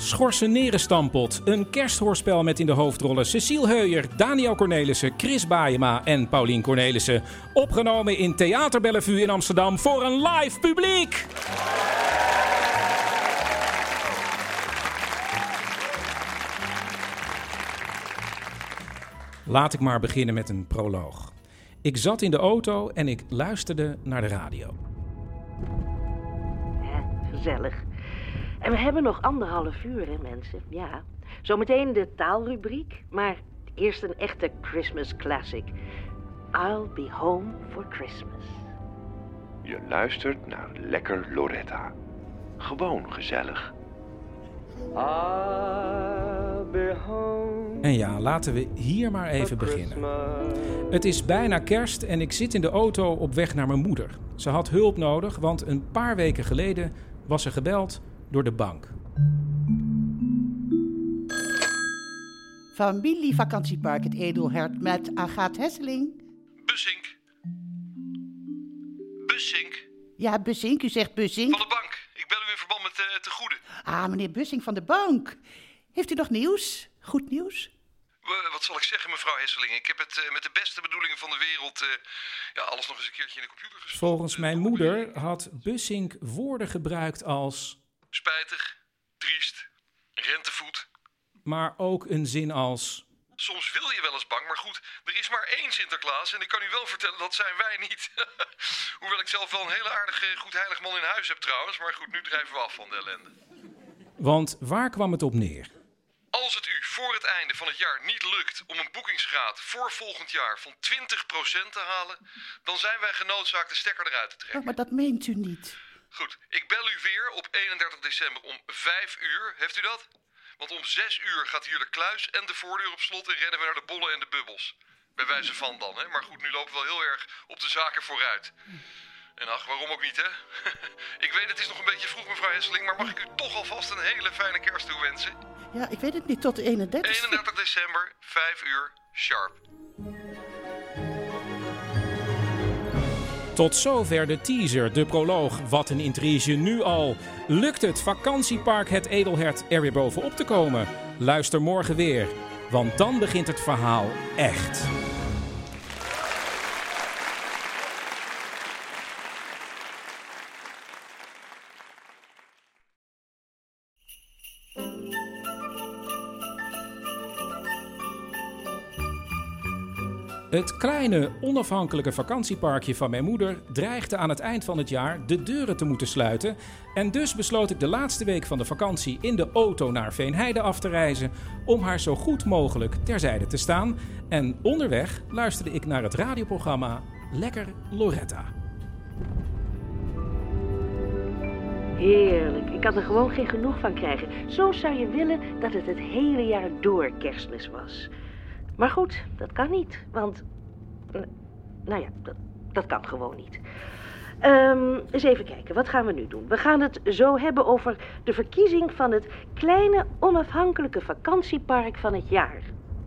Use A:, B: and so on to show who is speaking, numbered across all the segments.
A: Schorseneren Stampot, een kersthoorspel met in de hoofdrollen Cecile Heuier, Daniel Cornelissen, Chris Baayema en Paulien Cornelissen. Opgenomen in Theater Bellevue in Amsterdam voor een live publiek. Laat ik maar beginnen met een proloog. Ik zat in de auto en ik luisterde naar de radio.
B: Hè, gezellig. En we hebben nog anderhalf uur, hè, mensen? Ja. Zometeen de taalrubriek, maar eerst een echte Christmas classic. I'll be home for Christmas.
C: Je luistert naar Lekker Loretta. Gewoon gezellig.
A: En ja, laten we hier maar even beginnen. Het is bijna kerst en ik zit in de auto op weg naar mijn moeder. Ze had hulp nodig, want een paar weken geleden was ze gebeld door de bank.
D: Familievakantiepark het Edelhert met Agaat Hesseling.
E: Bussink. Bussink.
D: Ja, Bussink, u zegt
E: Van
D: Bussink.
E: de bank. Ik bel u in verband met eh Te Goede.
D: Ah, meneer Bussink van de bank. Heeft u nog nieuws? Goed nieuws?
E: W- Wat zal ik zeggen, mevrouw Hesseling? Ik heb het eh, met de beste bedoelingen van de wereld eh, ja, alles nog eens een keertje in de computer gestopt.
A: Volgens
E: Eh,
A: mijn moeder had Bussink woorden gebruikt als,
E: Spijtig, triest, rentevoet.
A: maar ook een zin als.
E: Soms wil je wel eens bang, maar goed, er is maar één Sinterklaas en ik kan u wel vertellen, dat zijn wij niet. Hoewel ik zelf wel een hele aardige, goed heilig man in huis heb trouwens, maar goed, nu drijven we af van de ellende.
A: Want waar kwam het op neer?
E: Als het u voor het einde van het jaar niet lukt om een boekingsgraad voor volgend jaar van 20% te halen, dan zijn wij genoodzaakt de stekker eruit te trekken.
D: Oh, maar dat meent u niet.
E: Goed, ik bel u weer op 31 december om 5 uur. Heeft u dat? Want om 6 uur gaat hier de kluis en de voordeur op slot en rennen we naar de bollen en de bubbels. Bij wijze van dan, hè? Maar goed, nu lopen we wel heel erg op de zaken vooruit. En ach, waarom ook niet, hè? ik weet, het is nog een beetje vroeg, mevrouw Hesseling, maar mag ik u toch alvast een hele fijne kerst toewensen?
D: Ja, ik weet het niet, tot de 31
E: 31 december, 5 uur, sharp.
A: Tot zover de teaser, de proloog. Wat een intrige nu al. Lukt het vakantiepark Het Edelhert er weer bovenop te komen? Luister morgen weer, want dan begint het verhaal echt. Het kleine, onafhankelijke vakantieparkje van mijn moeder dreigde aan het eind van het jaar de deuren te moeten sluiten. En dus besloot ik de laatste week van de vakantie in de auto naar Veenheide af te reizen om haar zo goed mogelijk terzijde te staan. En onderweg luisterde ik naar het radioprogramma Lekker Loretta.
B: Heerlijk. Ik kan er gewoon geen genoeg van krijgen. Zo zou je willen dat het het hele jaar door kerstmis was. Maar goed, dat kan niet, want... n- Nou ja, dat, dat kan gewoon niet. Ehm, eens even kijken, wat gaan we nu doen? We gaan het zo hebben over de verkiezing van het kleine onafhankelijke vakantiepark van het jaar.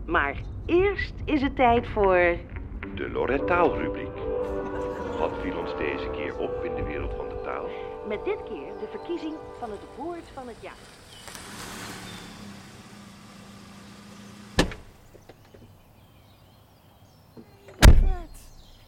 B: Maar eerst is het tijd voor...
C: De Lorettaalrubriek. Wat viel ons deze keer op in de wereld van de taal?
B: Met dit keer de verkiezing van het woord van het jaar.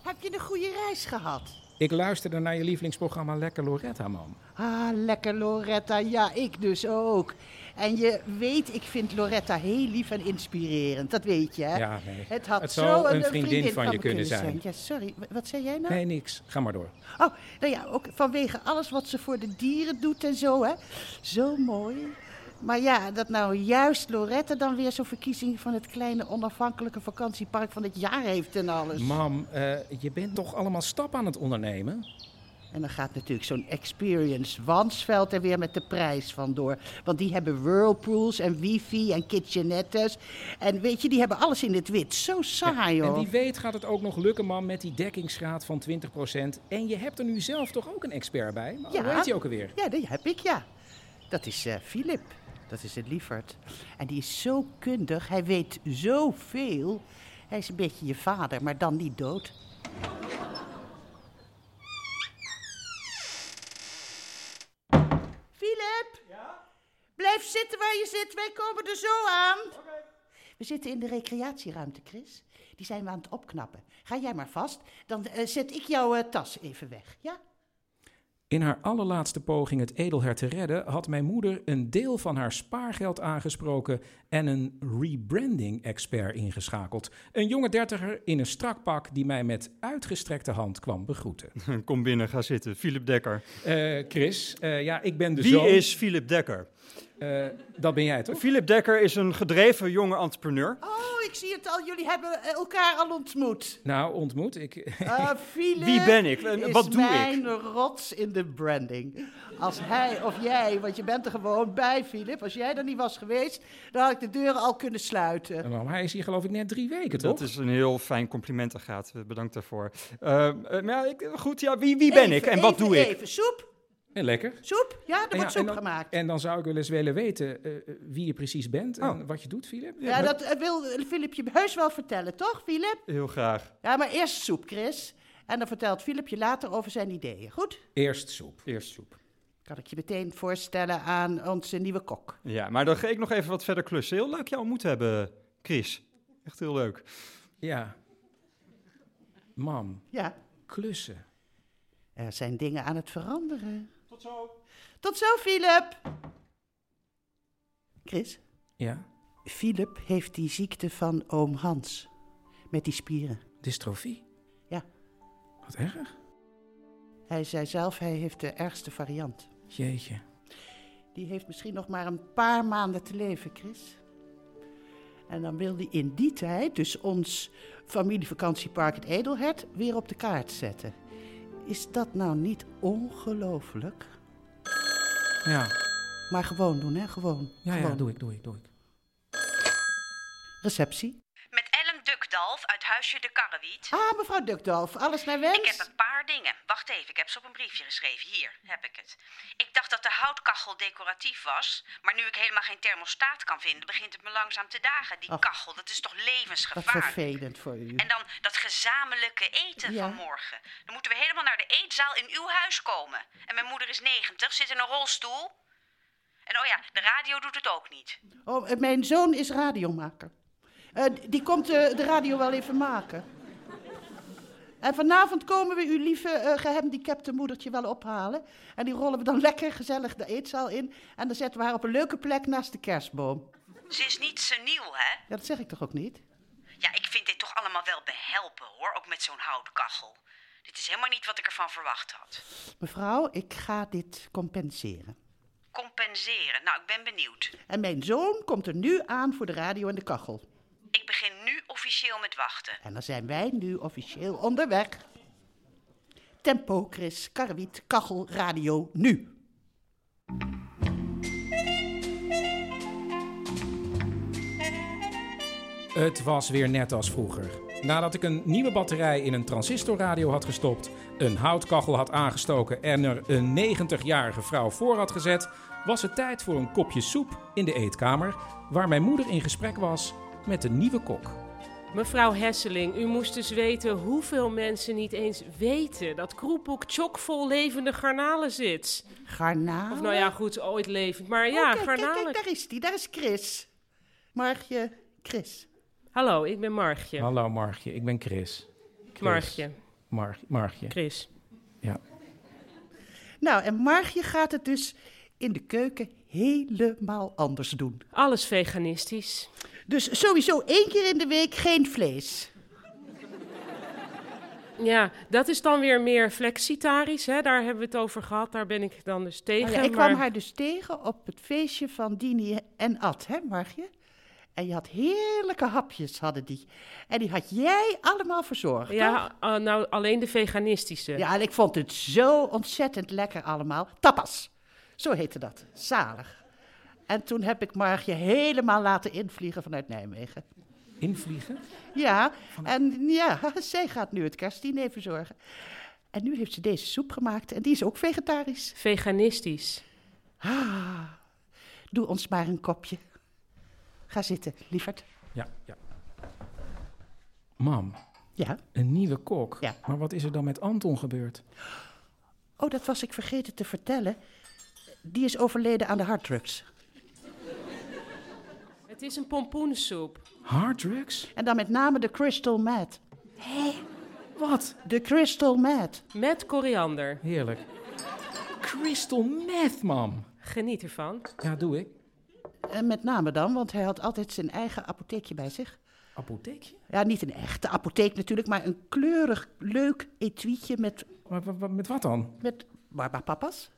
D: Heb je een goede reis gehad?
A: Ik luisterde naar je lievelingsprogramma Lekker Loretta, man.
D: Ah, lekker Loretta. Ja, ik dus ook. En je weet, ik vind Loretta heel lief en inspirerend. Dat weet je, hè?
A: Ja, nee.
D: Het had
A: Het
D: zo
A: zou
D: een,
A: een vriendin van je
D: me
A: kunnen zijn.
D: Ja, sorry. W- Wat zei jij nou?
A: Nee, niks. Ga maar door.
D: Oh, nou ja, ook vanwege alles wat ze voor de dieren doet en zo, hè. Zo mooi. Maar ja, dat nou juist Loretta dan weer zo'n verkiezing van het kleine onafhankelijke vakantiepark van het jaar heeft en alles.
A: Mam, eh, je bent toch allemaal stap aan het ondernemen?
D: En dan gaat natuurlijk zo'n Experience Wansveld er weer met de prijs vandoor. Want die hebben whirlpools en wifi en kitchenettes. En weet je, die hebben alles in het wit. Zo saai,
A: En
D: hoor.
A: wie weet gaat het ook nog lukken, mam, met die dekkingsgraad van 20%. En je hebt er nu zelf toch ook een expert bij? Maar
D: Ja.
A: Hoe heet hij ook alweer?
D: Ja, die heb ik, ja. Dat is eh, Philip. Dat is het lieverd. En die is zo kundig. Hij weet zoveel. Hij is een beetje je vader, maar dan niet dood. Philip! Ja? Blijf zitten waar je zit. Wij komen er zo aan. We zitten in de recreatieruimte, Chris. Die zijn we aan het opknappen. Ga jij maar vast. Dan eh, zet ik jouw eh, tas even weg, ja?
A: In haar allerlaatste poging het edelhert te redden, had mijn moeder een deel van haar spaargeld aangesproken en een rebranding-expert ingeschakeld. Een jonge dertiger in een strak pak die mij met uitgestrekte hand kwam begroeten.
F: Kom binnen, ga zitten. Philip Dekker.
A: Eh, Chris, eh, ja, ik ben de
F: Wie
A: zoon.
F: is Philip Dekker?
A: Eh, dat ben jij toch?
F: Philip Dekker is een gedreven jonge entrepreneur.
D: Oh, ik zie het al. Jullie hebben eh, elkaar al ontmoet.
A: Nou, ontmoet. Ik,
D: Eh Philip
F: Wie ben ik? En
D: is
F: wat doe ik?
D: mijn rots in de branding. Als hij of jij, want je bent er gewoon bij, Philip. Als jij er niet was geweest, dan had ik de deuren al kunnen sluiten.
A: Nou, hij is hier geloof ik net drie weken, toch?
F: Dat is een heel fijn compliment, Agathe. Bedankt daarvoor. Eh, eh, maar ja, ik, goed, ja, wie, wie ben
D: Even,
F: ik en wat
D: even,
F: doe ik?
D: Even soep,
A: Eh, Lekker.
D: soep. Ja, er
A: Ja,
D: wordt soep
A: en dan,
D: gemaakt.
A: En dan zou ik wel eens willen weten eh, eh, wie je precies bent en
F: Oh.
A: wat je doet, Philip.
D: ja, dat eh, wil Philip je heus wel vertellen, toch, Philip?
F: Heel graag.
D: Ja, maar eerst soep, Chris. En dan vertelt Philip je later over zijn ideeën. Goed?
A: Eerst soep.
F: Eerst soep.
D: Kan ik je meteen voorstellen aan onze nieuwe kok.
F: Ja, maar dan ga ik nog even wat verder klussen. Heel leuk jou ontmoet hebben, Chris. Echt heel leuk.
A: Ja. Mam,
D: Ja,
A: klussen.
D: Er zijn dingen aan het veranderen. Tot zo. Tot zo, Philip. Chris,
A: Ja.
D: Philip heeft die ziekte van oom Hans. Met die spieren.
A: Dystrofie?
D: Ja.
A: Wat erg.
D: Hij zei zelf, hij heeft de ergste variant.
A: Jeetje.
D: Die heeft misschien nog maar een paar maanden te leven, Chris. En dan wil hij in die tijd, dus ons familievakantiepark het Edelhert, weer op de kaart zetten. Is dat nou niet ongelooflijk?
A: Ja.
D: Maar gewoon doen, hè? Gewoon.
A: Ja, ja,
D: gewoon.
A: doe ik, doe ik, doe ik.
D: Receptie.
G: Met Ellen Dukdalf uit Huisje de Karrewiet.
D: Ah, mevrouw Dukdalf, alles naar wens?
G: Ik heb een paar dingen. Wacht even, ik heb ze op een briefje geschreven. Hier heb ik het. Ik dacht dat de houtkachel decoratief was, maar nu ik helemaal geen thermostaat kan vinden, begint het me langzaam te dagen. Die
D: Ach.
G: kachel, dat is toch
D: Wat
G: levensgevaarlijk?
D: vervelend voor u.
G: En dan dat gezamenlijke eten
D: Ja.
G: van morgen. Dan moeten we helemaal naar de eetzaal in uw huis komen. En mijn moeder is 90, zit in een rolstoel. En oh ja, de radio doet het ook niet.
D: Oh, eh, mijn zoon is radiomaker. Eh, d- die komt eh, de radio wel even maken. En vanavond komen we uw lieve eh gehandicapte moedertje wel ophalen. En die rollen we dan lekker gezellig de eetzaal in. En dan zetten we haar op een leuke plek naast de kerstboom.
G: Ze is niet seniel, hè?
D: Ja, dat zeg ik toch ook niet?
G: Ja, ik vind dit toch allemaal wel behelpen hoor, ook met zo'n houtkachel. Dit is helemaal niet wat ik ervan verwacht had.
D: Mevrouw, ik ga dit compenseren.
G: Compenseren, nou ik ben benieuwd.
D: En mijn zoon komt er nu aan voor de radio en de kachel.
G: Ik begin nu officieel met wachten.
D: En dan zijn wij nu officieel onderweg. Tempo, Chris, karwiet, kachel, radio, nu.
A: Het was weer net als vroeger. Nadat ik een nieuwe batterij in een transistorradio had gestopt, een houtkachel had aangestoken en er een 90-jarige vrouw voor had gezet, was het tijd voor een kopje soep in de eetkamer, waar mijn moeder in gesprek was met de nieuwe kok.
H: Mevrouw Hesseling, u moest dus weten hoeveel mensen niet eens weten dat kroepboek chockvol levende garnalen zit.
D: Garnalen.
H: Of nou ja, goed, ooit levend, maar
D: Oh,
H: ja,
D: kijk, kijk,
H: garnalen.
D: kijk, daar is die, daar is Chris. Margje, Chris.
H: Hallo, ik ben Margje.
A: Hallo Margje, ik ben Chris.
H: Margje,
A: Mar- Margje.
H: Chris.
F: Ja.
D: Nou, en Margje gaat het dus in de keuken helemaal anders doen.
H: Alles veganistisch.
D: Dus sowieso één keer in de week geen vlees.
H: Ja, dat is dan weer meer flexitarisch. Hè? Daar hebben we het over gehad. Daar ben ik dan dus tegen.
D: Nou ja, ik
H: maar-
D: kwam haar dus tegen op het feestje van Dini en Ad, hè Margje? En je had heerlijke hapjes, hadden die. En die had jij allemaal verzorgd, toch?
H: Ja, eh, nou alleen de veganistische.
D: Ja, en ik vond het zo ontzettend lekker allemaal. Tapas, zo heette dat. Zalig. En toen heb ik Margje helemaal laten invliegen vanuit Nijmegen.
A: Invliegen?
D: Ja, en ja, zij gaat nu het kerstdiner verzorgen. En nu heeft ze deze soep gemaakt en die is ook vegetarisch.
H: Veganistisch.
D: Ah, doe ons maar een kopje. Ga zitten, lieverd.
A: Ja, ja. Mam.
D: Ja?
A: Een nieuwe kok. Maar wat is er dan met Anton gebeurd?
D: Oh, dat was ik vergeten te vertellen. Die is overleden aan de hartdrugs.
H: Het is een pompoensoep.
A: Harddrugs?
D: En dan met name de crystal meth. Hé,
A: wat?
D: De crystal meth.
H: Met koriander.
A: Heerlijk. Crystal meth, mam.
H: Geniet ervan.
A: Ja, doe ik.
D: En Eh, met name dan, want hij had altijd zijn eigen apotheekje bij zich.
A: Apotheekje?
D: Ja, niet een echte apotheek natuurlijk, maar een kleurig, leuk etuietje met,
A: Maar, wa- wa- met wat dan?
D: met barbapapas.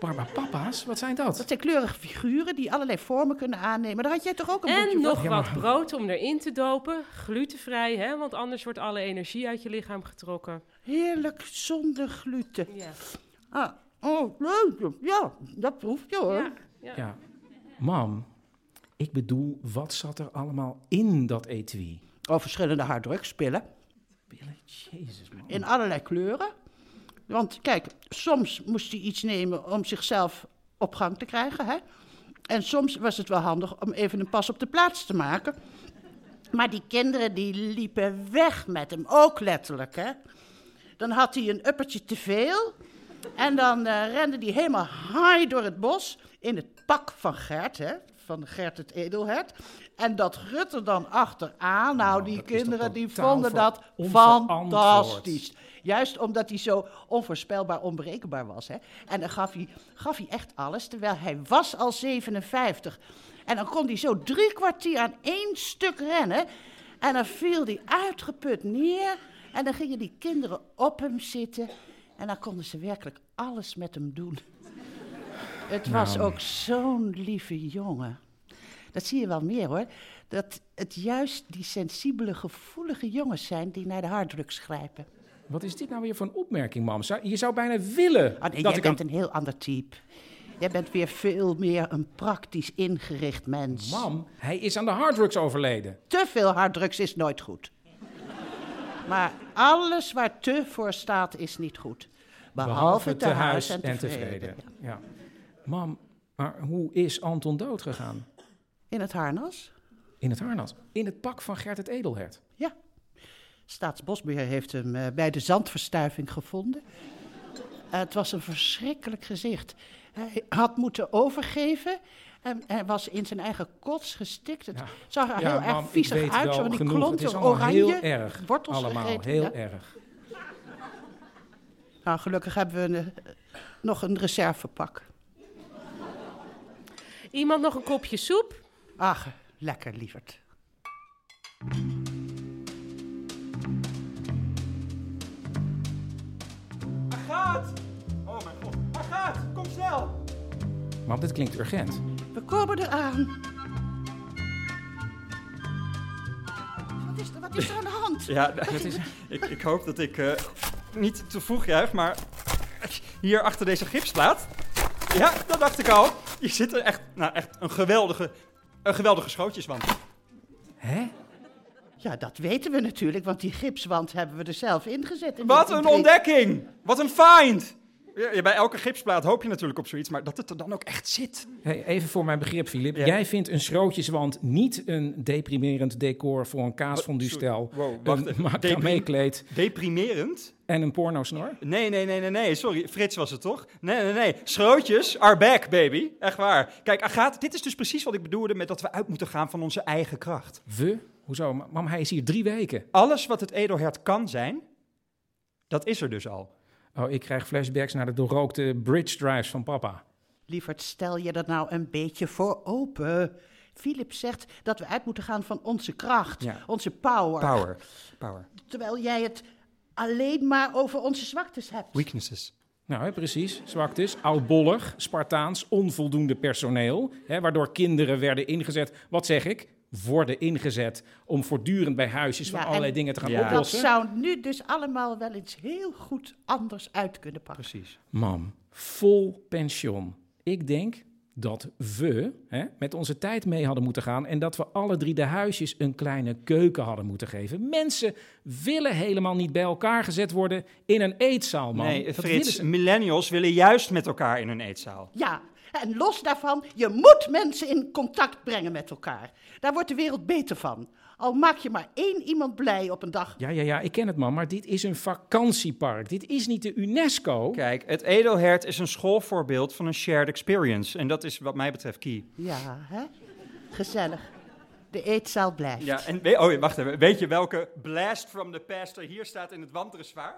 A: Barbapapa's? Wat zijn dat?
D: Dat zijn kleurige figuren die allerlei vormen kunnen aannemen. Daar had jij toch ook een boekje
H: En
D: van?
H: nog wat brood om erin te dopen. Glutenvrij, hè? want anders wordt alle energie uit je lichaam getrokken.
D: Heerlijk zonder gluten.
H: Ja.
D: Ah, oh, leuk. Ja, dat proeft je hoor.
H: Ja, ja.
A: Ja. Mam, ik bedoel, wat zat er allemaal in dat etui?
D: Oh, verschillende harddrugspillen.
A: Jezus, man.
D: In allerlei kleuren. Want kijk, soms moest hij iets nemen om zichzelf op gang te krijgen. Hè? En soms was het wel handig om even een pas op de plaats te maken. Maar die kinderen die liepen weg met hem, ook letterlijk. Hè? Dan had hij een uppertje te veel. En dan eh, rende hij helemaal high door het bos in het pak van Gert, hè? van Gert het Edelhert. En dat Rutte dan achteraan. Nou, die kinderen die
A: totaal
D: vonden
A: ver-
D: dat
A: onverantwoord.
D: fantastisch. Juist omdat hij zo onvoorspelbaar onberekenbaar was. Hè? En dan gaf hij, gaf hij echt alles, terwijl hij was al 57. En dan kon hij zo drie kwartier aan één stuk rennen. En dan viel hij uitgeput neer. En dan gingen die kinderen op hem zitten. En dan konden ze werkelijk alles met hem doen. Het was
A: Nou.
D: ook zo'n lieve jongen. Dat zie je wel meer hoor. Dat het juist die sensibele, gevoelige jongens zijn die naar de harddrugs grijpen.
A: Wat is dit nou weer voor een opmerking, mam? Zou- je zou bijna willen
D: Ah,
A: dat
D: nee, jij
A: ik...
D: bent
A: aan-
D: een heel ander type. Jij bent weer veel meer een praktisch ingericht mens.
A: Mam, hij is aan de harddrugs overleden.
D: Te veel harddrugs is nooit goed. Maar alles waar te voor staat is niet goed. Behalve, te huis en tevreden.
A: Ja. Mam, maar hoe is Anton doodgegaan?
D: In het harnas?
A: In het harnas. In het pak van Gert het Edelhert.
D: Ja. Staatsbosbeheer heeft hem eh, bij de zandverstuiving gevonden. Eh, het was een verschrikkelijk gezicht. Hij had moeten overgeven en hij was in zijn eigen kots gestikt. Het zag
A: Ja,
D: er Ah, heel
A: mam,
D: erg
A: ik
D: viezig
A: weet
D: uit,
A: wel
D: zo van die
A: genoeg. Het is
D: klonten
A: allemaal
D: oranje
A: heel erg.
D: wortels
A: allemaal
D: gegeten,
A: heel
D: ja.
A: erg.
D: Nou, gelukkig hebben we een, eh, nog een reservepak.
H: Iemand nog een kopje soep?
D: Ach, lekker lieverd.
I: Agathe! Oh mijn god. Agathe, kom snel!
A: Mam, dit klinkt urgent.
D: We komen eraan. Wat is er, wat is er aan de hand?
F: Ja, dat is, ik, ik hoop dat ik eh, niet te vroeg juich, maar hier achter deze gipsplaat. Ja, dat dacht ik al. Je zit er echt, nou echt een geweldige, een geweldige schootjeswand.
D: Ja, dat weten we natuurlijk, want die gipswand hebben we er zelf ingezet.
F: Wat een ontdekking! Wat een find! Ja, ja, bij elke gipsplaat hoop je natuurlijk op zoiets, maar dat het er dan ook echt zit.
A: Hey, even voor mijn begrip, Filip. Jij vindt een schrootjeswand niet een deprimerend decor voor een kaasfondue-stel.
F: Wow, wacht
A: een
F: even.
A: macramé-kleed
F: Deprimerend?
A: en een pornosnor.
F: Nee, nee, nee, nee, nee. Sorry, Frits was het toch? Nee, nee, nee. Schrootjes are back, baby. Echt waar. Kijk, Agathe, dit is dus precies wat ik bedoelde met dat we uit moeten gaan van onze eigen kracht.
A: We? Hoezo? Ma- Mam, hij is hier drie weken.
F: Alles wat het edelhert kan zijn, dat is er dus al.
A: Oh, ik krijg flashbacks naar de doorrookte bridge drives van papa.
D: Lieverd, stel je er nou een beetje voor open. Philip zegt dat we uit moeten gaan van onze kracht,
A: Ja.
D: onze power.
F: Power. Power.
D: Terwijl jij het alleen maar over onze zwaktes hebt.
F: Weaknesses.
A: Nou, hè, precies. Zwaktes, oudbollig, Spartaans, onvoldoende personeel. Hè, waardoor kinderen werden ingezet. Wat zeg ik? Worden ingezet om voortdurend bij huisjes van
D: Ja,
A: allerlei
D: en
A: dingen te gaan
F: Ja.
D: Dat
A: oplossen.
D: zou nu dus allemaal wel eens heel goed anders uit kunnen pakken.
F: Precies.
A: Mam, vol pension. Ik denk dat we hè, met onze tijd mee hadden moeten gaan en dat we alle drie de huisjes een kleine keuken hadden moeten geven. Mensen willen helemaal niet bij elkaar gezet worden in een eetzaal, man.
F: nee,
A: Dat
F: Frits,
A: willen ze-
F: millennials willen juist met elkaar in hun eetzaal.
D: Ja, en los daarvan, je moet mensen in contact brengen met elkaar. Daar wordt de wereld beter van. Al maak je maar één iemand blij op een dag.
A: Ja, ja, ja, ik ken het, man, maar dit is een vakantiepark. Dit is niet de UNESCO.
F: Kijk, het Edelhert is een schoolvoorbeeld van een shared experience. En dat is wat mij betreft key.
D: Ja, hè? Gezellig. De eetzaal blijft.
F: Ja, en we- oh, wacht even. Weet je welke blast from the past er hier staat in het wandreswaar?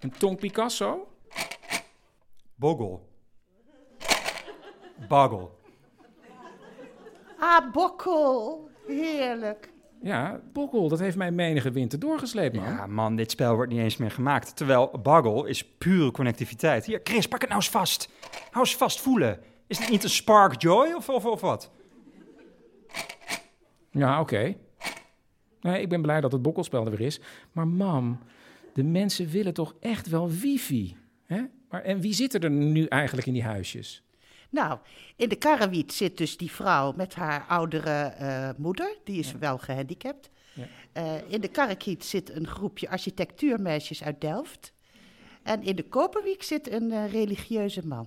A: Een Tong Picasso?
F: Bogel. Bogel.
D: Ah, bokkel. Heerlijk.
A: Ja, Bokkel, dat heeft mij menige winter doorgesleept, man.
F: Ja, man, dit spel wordt niet eens meer gemaakt. Terwijl Boggle is pure connectiviteit. Hier, Chris, pak het nou eens vast. Hou eens vast voelen. Is dit niet een spark joy of, of, of wat?
A: Ja, oké. Nee, ik ben blij dat het bokkelspel er weer is. Maar mam, de mensen willen toch echt wel wifi? Hè? Maar, en wie zitten er nu eigenlijk in die huisjes?
D: Nou, in de karrewiet zit dus die vrouw met haar oudere eh, moeder. Die is wel gehandicapt.
A: Ja.
D: Eh, in de karrekiet zit een groepje architectuurmeisjes uit Delft. En in de koperwiek zit een eh, religieuze man.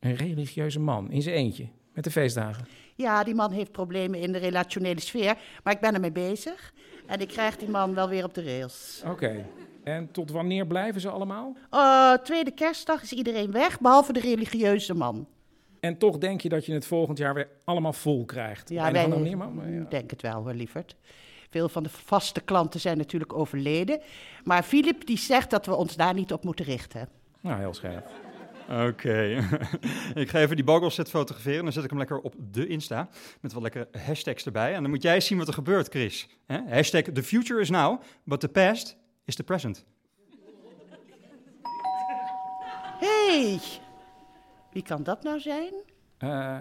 A: Een religieuze man in zijn eentje, met de feestdagen.
D: Ja, die man heeft problemen in de relationele sfeer, maar ik ben ermee bezig. En ik krijg die man wel weer op de rails.
A: Oké. En tot wanneer blijven ze allemaal?
D: Eh, tweede kerstdag is iedereen weg, behalve de religieuze man.
A: En toch denk je dat je het volgend jaar weer allemaal vol krijgt.
D: Ja,
A: Op een
D: wij
A: of andere manier, mam, maar ja.
D: denk het wel hoor, lieverd. Veel van de vaste klanten zijn natuurlijk overleden. Maar Filip die zegt dat we ons daar niet op moeten richten.
A: Nou, heel scherp.
F: Oké. ik ga even die Boggle set fotograferen. Dan zet ik hem lekker op de Insta. Met wat lekkere hashtags erbij. En dan moet jij eens zien wat er gebeurt, Chris. Hè? Hashtag the future is now, but the past is the present.
D: Hé, hey, wie kan dat nou zijn?
A: Eh,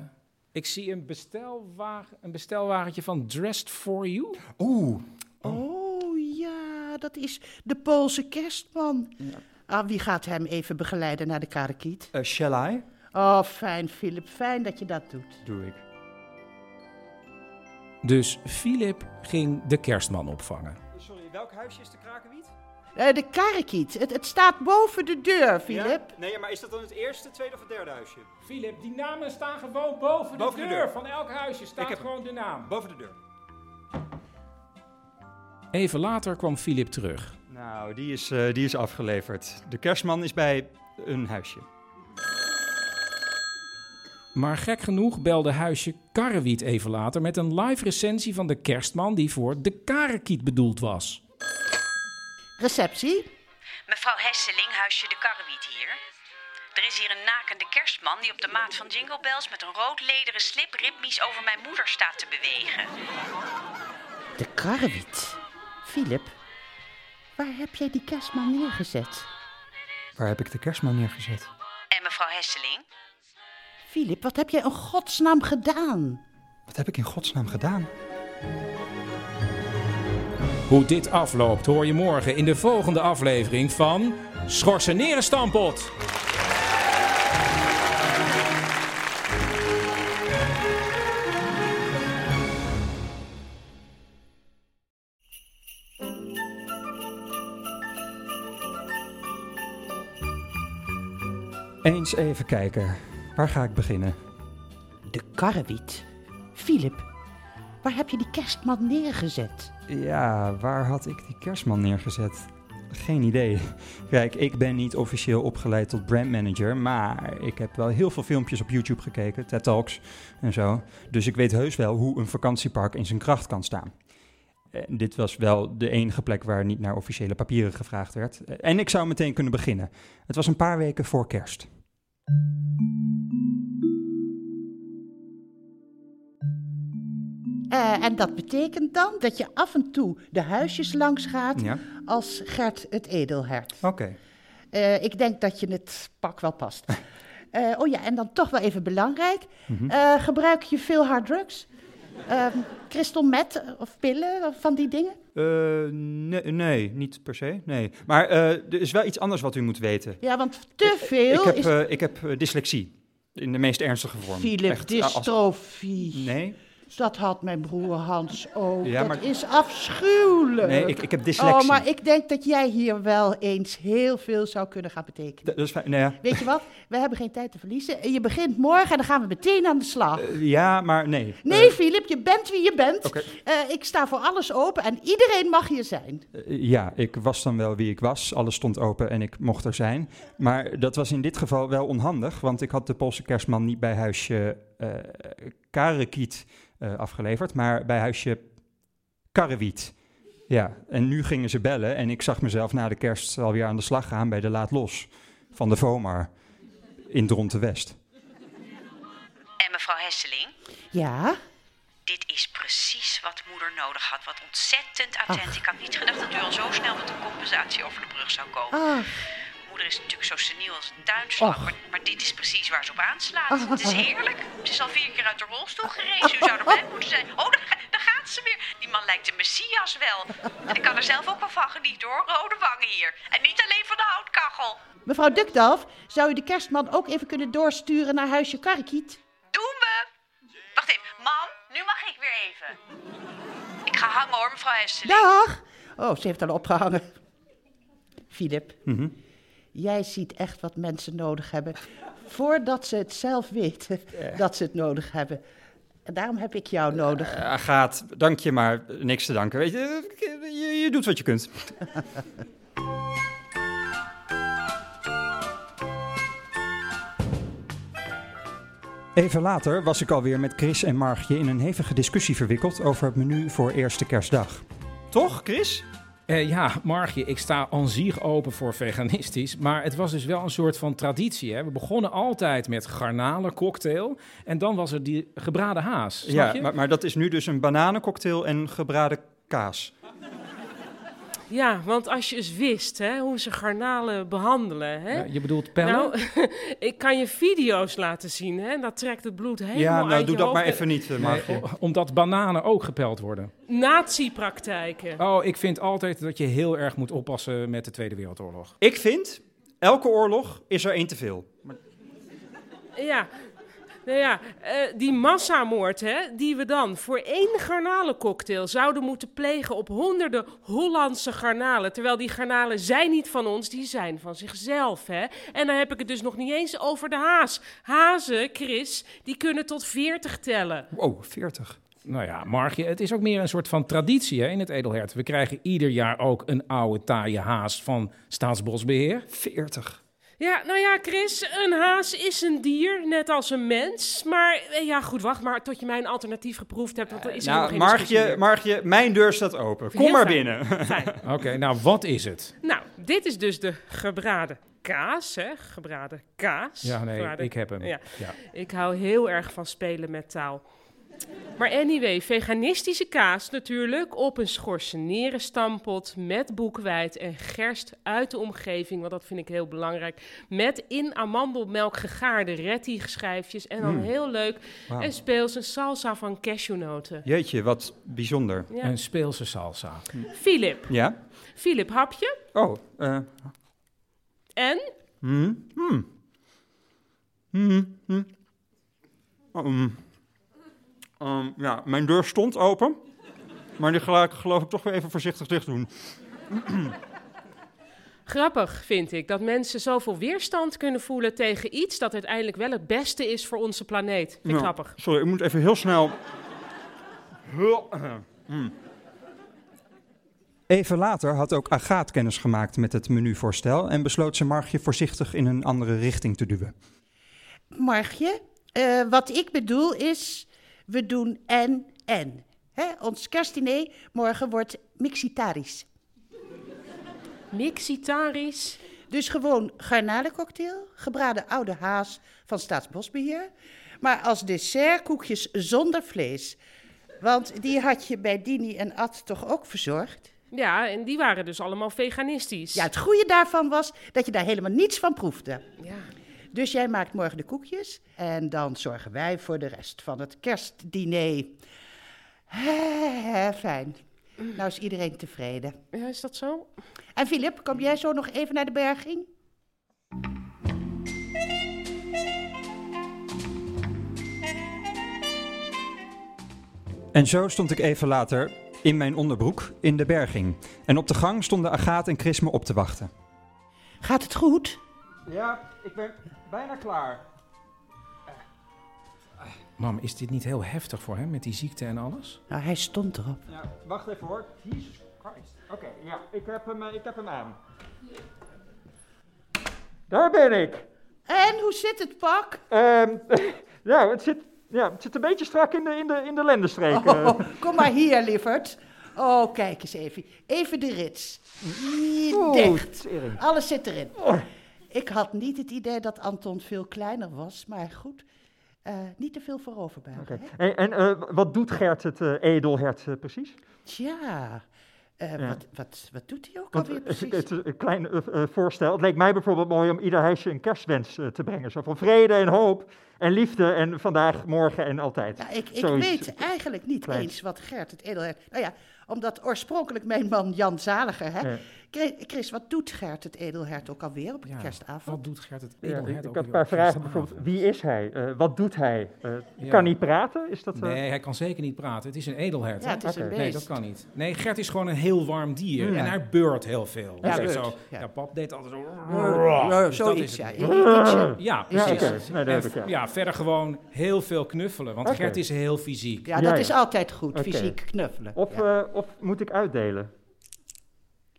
A: ik zie een, bestelwagen, een bestelwagentje van Dressed for You.
F: Oeh.
D: Oh ja, dat is de Poolse kerstman. Ah, wie gaat hem even begeleiden naar de karekiet?
F: Eh, shall I?
D: Oh, fijn, Filip. Fijn dat je dat doet.
F: Doe ik.
A: Dus Philip ging de kerstman opvangen.
F: Sorry, welk huisje is de krakenwiet?
D: Eh, de karekiet. Het, het staat boven de deur, Filip.
F: Nee, maar is dat dan het eerste, tweede of het derde huisje?
A: Philip, die namen staan gewoon boven de,
F: Boven de
A: deur.
F: deur.
A: van elk huisje. Staat
F: Ik heb hem.
A: gewoon de naam.
F: Boven de deur.
A: Even later kwam Philip terug.
F: Nou, die is, eh, die is afgeleverd. De kerstman is bij een huisje.
A: Maar gek genoeg belde huisje Karrewiet even later met een live recensie van de kerstman die voor de Karekiet bedoeld was.
D: Receptie?
G: Mevrouw Hesseling, huisje de Karrewiet hier. Er is hier een nakende kerstman die op de maat van Jingle Bells met een rood lederen slip ritmisch over mijn moeder staat te bewegen.
D: De karrewiet. Filip, waar heb jij die kerstman neergezet?
F: Waar heb ik de kerstman neergezet?
G: En mevrouw Hesseling?
D: Filip, wat heb jij in godsnaam gedaan?
F: Wat heb ik in godsnaam gedaan?
A: Hoe dit afloopt hoor je morgen in de volgende aflevering van Schorseneren Stampot.
F: Eens even kijken. Waar ga ik beginnen?
D: De karrewiet. Filip, waar heb je die kerstman neergezet?
F: Ja, waar had ik die kerstman neergezet? Geen idee. Kijk, ik ben niet officieel opgeleid tot brandmanager, maar ik heb wel heel veel filmpjes op YouTube gekeken, TED Talks en zo. Dus ik weet heus wel hoe een vakantiepark in zijn kracht kan staan. Eh, Eh, dit was wel de enige plek waar niet naar officiële papieren gevraagd werd. Eh, en ik zou meteen kunnen beginnen. Het was een paar weken voor kerst.
D: Eh, en dat betekent dan dat je af en toe de huisjes langs gaat
F: Ja.
D: als Gert het edelhert.
F: Oké.
D: Eh, ik denk dat je het pak wel past. Eh, oh ja, en dan toch wel even belangrijk.
F: Mhm.
D: eh, gebruik je veel harddrugs? Ehm crystal meth of pillen, van die dingen?
F: Eh, nee, nee, niet per se. Nee. Maar eh, er is wel iets anders wat u moet weten.
D: Ja, want te veel
F: ik heb,
D: is...
F: eh, ik heb eh, dyslexie. In de meest ernstige vorm.
D: Philip,
F: Echt, ah, als-
D: dystrofie.
F: Nee.
D: Dat had mijn broer Hans ook.
F: Ja,
D: dat
F: maar-
D: is afschuwelijk.
F: Nee, ik- ik heb dyslexie.
D: Oh, maar ik denk dat jij hier wel eens heel veel zou kunnen gaan betekenen.
F: Dat is fijn. Nou ja.
D: Weet je wat? We hebben geen tijd te verliezen. Je begint morgen en dan gaan we meteen aan de slag.
F: Eh, ja, maar nee. Eh,
D: Nee, Filip, je bent wie je bent.
F: Oké.
D: Eh, ik sta voor alles open en iedereen mag hier zijn.
F: Eh, ja, ik was dan wel wie ik was. Alles stond open en ik mocht er zijn. Maar dat was in dit geval wel onhandig, want ik had de Poolse kerstman niet bij huisje eh Karekiet eh, afgeleverd, maar bij huisje Karrewiet. Ja, en nu gingen ze bellen en ik zag mezelf na de kerst alweer aan de slag gaan bij de Laat Los van de Vomar in Dronten West.
G: En mevrouw Hesseling,
D: Ja?
G: dit is precies wat moeder nodig had. Wat ontzettend attent. Ik had niet gedacht dat u al zo snel met een compensatie over de brug zou komen.
D: Ach.
G: Moeder is natuurlijk zo seniel als een tuinslag.
D: Och.
G: Maar, maar dit is precies waar ze op aanslaat.
D: Ah.
G: Het is heerlijk. Ze is al vier keer uit de rolstoel gerezen. U zou erbij moeten zijn. Oh, daar, ga- daar gaat ze weer. Die man lijkt de messias wel. En ik kan er zelf ook wel van genieten hoor. Rode wangen hier. En niet alleen van de houtkachel.
D: Mevrouw Dukdalf, zou u de kerstman ook even kunnen doorsturen naar huisje Karkiet?
G: Doen we? Wacht even. Mam, nu mag ik weer even. Ik ga hangen hoor, mevrouw Hesseling.
D: Dag! Oh, ze heeft al opgehangen. Filip,
F: Mhm.
D: jij ziet echt wat mensen nodig hebben. Voordat ze het zelf weten dat ze het nodig hebben. En daarom heb ik jou nodig.
F: Eh, Agaat, dank je, maar niks te danken. Weet je, je, je doet wat je kunt. Even later was ik alweer met Chris en Margje in een hevige discussie verwikkeld over het menu voor eerste kerstdag. Toch, Chris?
A: Eh, ja, Margje, ik sta aan zich open voor veganistisch. Maar het was dus wel een soort van traditie. Hè? We begonnen altijd met garnalencocktail. En dan was er die gebraden haas. Snap
F: Ja,
A: je?
F: maar, maar dat is nu dus een bananencocktail en gebraden kaas.
H: Ja, want als je eens wist hè, hoe ze garnalen behandelen. Hè?
A: Ja, je bedoelt pellen?
H: Nou, ik kan je video's laten zien. Hè? en Dat trekt het bloed helemaal
F: Ja, nou,
H: uit
F: doe
H: je
F: dat maar
H: hoofd.
F: even niet, eh, Margje.
A: o- omdat bananen ook gepeld worden.
H: Nazi-praktijken.
A: Oh, ik vind altijd dat je heel erg moet oppassen met de Tweede Wereldoorlog.
F: Ik vind, elke oorlog is er één te veel.
H: Ja. Nou ja, eh, die massamoord hè, die we dan voor één garnalencocktail zouden moeten plegen op honderden Hollandse garnalen. Terwijl die garnalen zijn niet van ons, die zijn van zichzelf. Hè. En dan heb ik het dus nog niet eens over de haas. Hazen, Chris, die kunnen tot 40 tellen.
F: Wow, 40.
A: Nou ja, Margje, het is ook meer een soort van traditie hè, in het Edelhert. We krijgen ieder jaar ook een oude taaie haas van Staatsbosbeheer.
F: 40.
H: Ja, nou ja, Chris, een haas is een dier, net als een mens. Maar eh, ja, goed, wacht maar tot je mijn alternatief geproefd hebt, want dan is er nog
F: Nou,
H: geen
F: Margje,
H: discussie meer.
F: Margje, mijn deur staat open. Kom
H: Heel
F: maar
H: fijn.
F: binnen.
A: Oké, nou wat is het?
H: Nou, dit is dus de gebraden kaas, hè? Gebraden kaas.
A: Ja, nee,
H: Gebraden-
A: ik heb hem.
H: Ja.
A: Ja.
H: Ik hou heel erg van spelen met taal. Maar anyway, veganistische kaas natuurlijk op een schorseneren stampot met boekweit en gerst uit de omgeving, want dat vind ik heel belangrijk. Met in amandelmelk gegaarde rettischijfjes en dan
F: Mm.
H: heel leuk
F: Wauw.
H: en speels een salsa van cashewnoten.
F: Jeetje, wat bijzonder.
H: Ja. Een
A: speelse salsa.
H: Filip,
F: Ja?
H: Filip hapje
F: Oh, eh.
H: en
F: hmm, hmm. Hmm, hmm. Oh, hmm. Ehm, ja, mijn deur stond open. Maar die ga ik geloof ik toch weer even voorzichtig dicht doen.
H: Grappig vind ik dat mensen zoveel weerstand kunnen voelen tegen iets dat uiteindelijk wel het beste is voor onze planeet. Vind ik
F: Ja,
H: grappig.
F: Sorry, ik moet even heel snel. Heel- Hmm. Even later had ook Agaat kennis gemaakt met het menuvoorstel en besloot ze Margje voorzichtig in een andere richting te duwen.
D: Margje, eh, wat ik bedoel is, we doen en en. Hè? Ons kerstdiner morgen wordt mixitarisch.
H: Mixitarisch?
D: Dus gewoon garnalencocktail, gebraden oude haas van Staatsbosbeheer. Maar als dessert koekjes zonder vlees. Want die had je bij Dini en Ad toch ook verzorgd?
H: Ja, en die waren dus allemaal veganistisch.
D: Ja, het goede daarvan was dat je daar helemaal niets van proefde.
H: Ja.
D: Dus jij maakt morgen de koekjes en dan zorgen wij voor de rest van het kerstdiner. Hè, fijn. Nou is iedereen tevreden.
H: Ja, is dat zo?
D: En Filip, kom jij zo nog even naar de berging?
F: En zo stond ik even later, in mijn onderbroek, in de berging. En op de gang stonden Agaat en Chris me op te wachten.
D: Gaat het goed?
F: Ja, ik ben bijna klaar.
A: Mam, is dit niet heel heftig voor hem met die ziekte en alles?
D: Nou, hij stond erop.
F: Ja, wacht even hoor. Jesus Christ. Oké, ja, ik heb, hem, eh, ik heb hem aan. Daar ben ik.
D: En hoe zit het pak?
F: Ehm, ja, het zit, ja, het zit een beetje strak in de, in de, in de lendenstreek. eh.
D: Oh, kom maar hier, lieverd. Oh, kijk eens even. Even de rits. Hier,
F: Oeh,
D: dicht.
F: tering.
D: Alles zit erin.
F: Oh.
D: Ik had niet het idee dat Anton veel kleiner was, maar goed. eh, niet te veel vooroverbuigen.
F: Oké.
D: hè?
F: En, en eh, wat doet Gert, het eh, edelhert, eh, precies?
D: Tja, eh,
F: Ja.
D: Wat, wat, wat doet hij ook
F: Want,
D: alweer
F: eh, het-
D: precies?
F: het, eh, een klein eh, eh, voorstel. Het leek mij bijvoorbeeld mooi om ieder huisje een kerstwens eh, te brengen. Zo van vrede en hoop en liefde en vandaag, morgen en altijd.
D: Ja, ik ik
F: Zoiets.
D: weet eigenlijk niet
F: kleins.
D: eens wat Gert het Edelhert... Nou ja, omdat oorspronkelijk mijn man Jan Zaliger... Hè?
F: Ja.
D: Chris, Chris, wat doet Gert het Edelhert ook alweer op kerstavond?
A: Wat doet Gert het
F: Ja, ik-
A: edelhert
F: ik
A: ook
F: had een
A: weer
F: paar
A: op
F: vragen.
A: gisteravond?
F: Bijvoorbeeld, wie is hij? Eh, wat doet hij? Eh,
A: Ja.
F: Kan hij praten? Is dat, eh,
A: Nee, hij kan zeker niet praten. Het is een edelhert.
D: Ja,
A: hè?
D: het is een Oké.
A: Nee, dat
D: beest.
A: kan niet. Nee, Gert is gewoon een heel warm dier.
D: Ja.
A: En hij beurt heel veel.
D: Ja,
A: Hij zegt
D: beurt.
A: zo, ja. pap deed altijd zo...
D: Ja, ja,
A: Dus dat
D: zoiets,
A: is het.
D: ja. Ja, ietsje.
A: Ja,
D: Ja,
A: precies.
D: oké. Nee, dat
A: En
D: heb ik,
A: v-
D: ja.
A: ja, verder gewoon heel veel knuffelen. Want
F: Oké.
A: Gert is heel fysiek.
D: Ja, dat is altijd goed, fysiek knuffelen.
F: Of,
D: Ja.
F: eh, of moet ik uitdelen?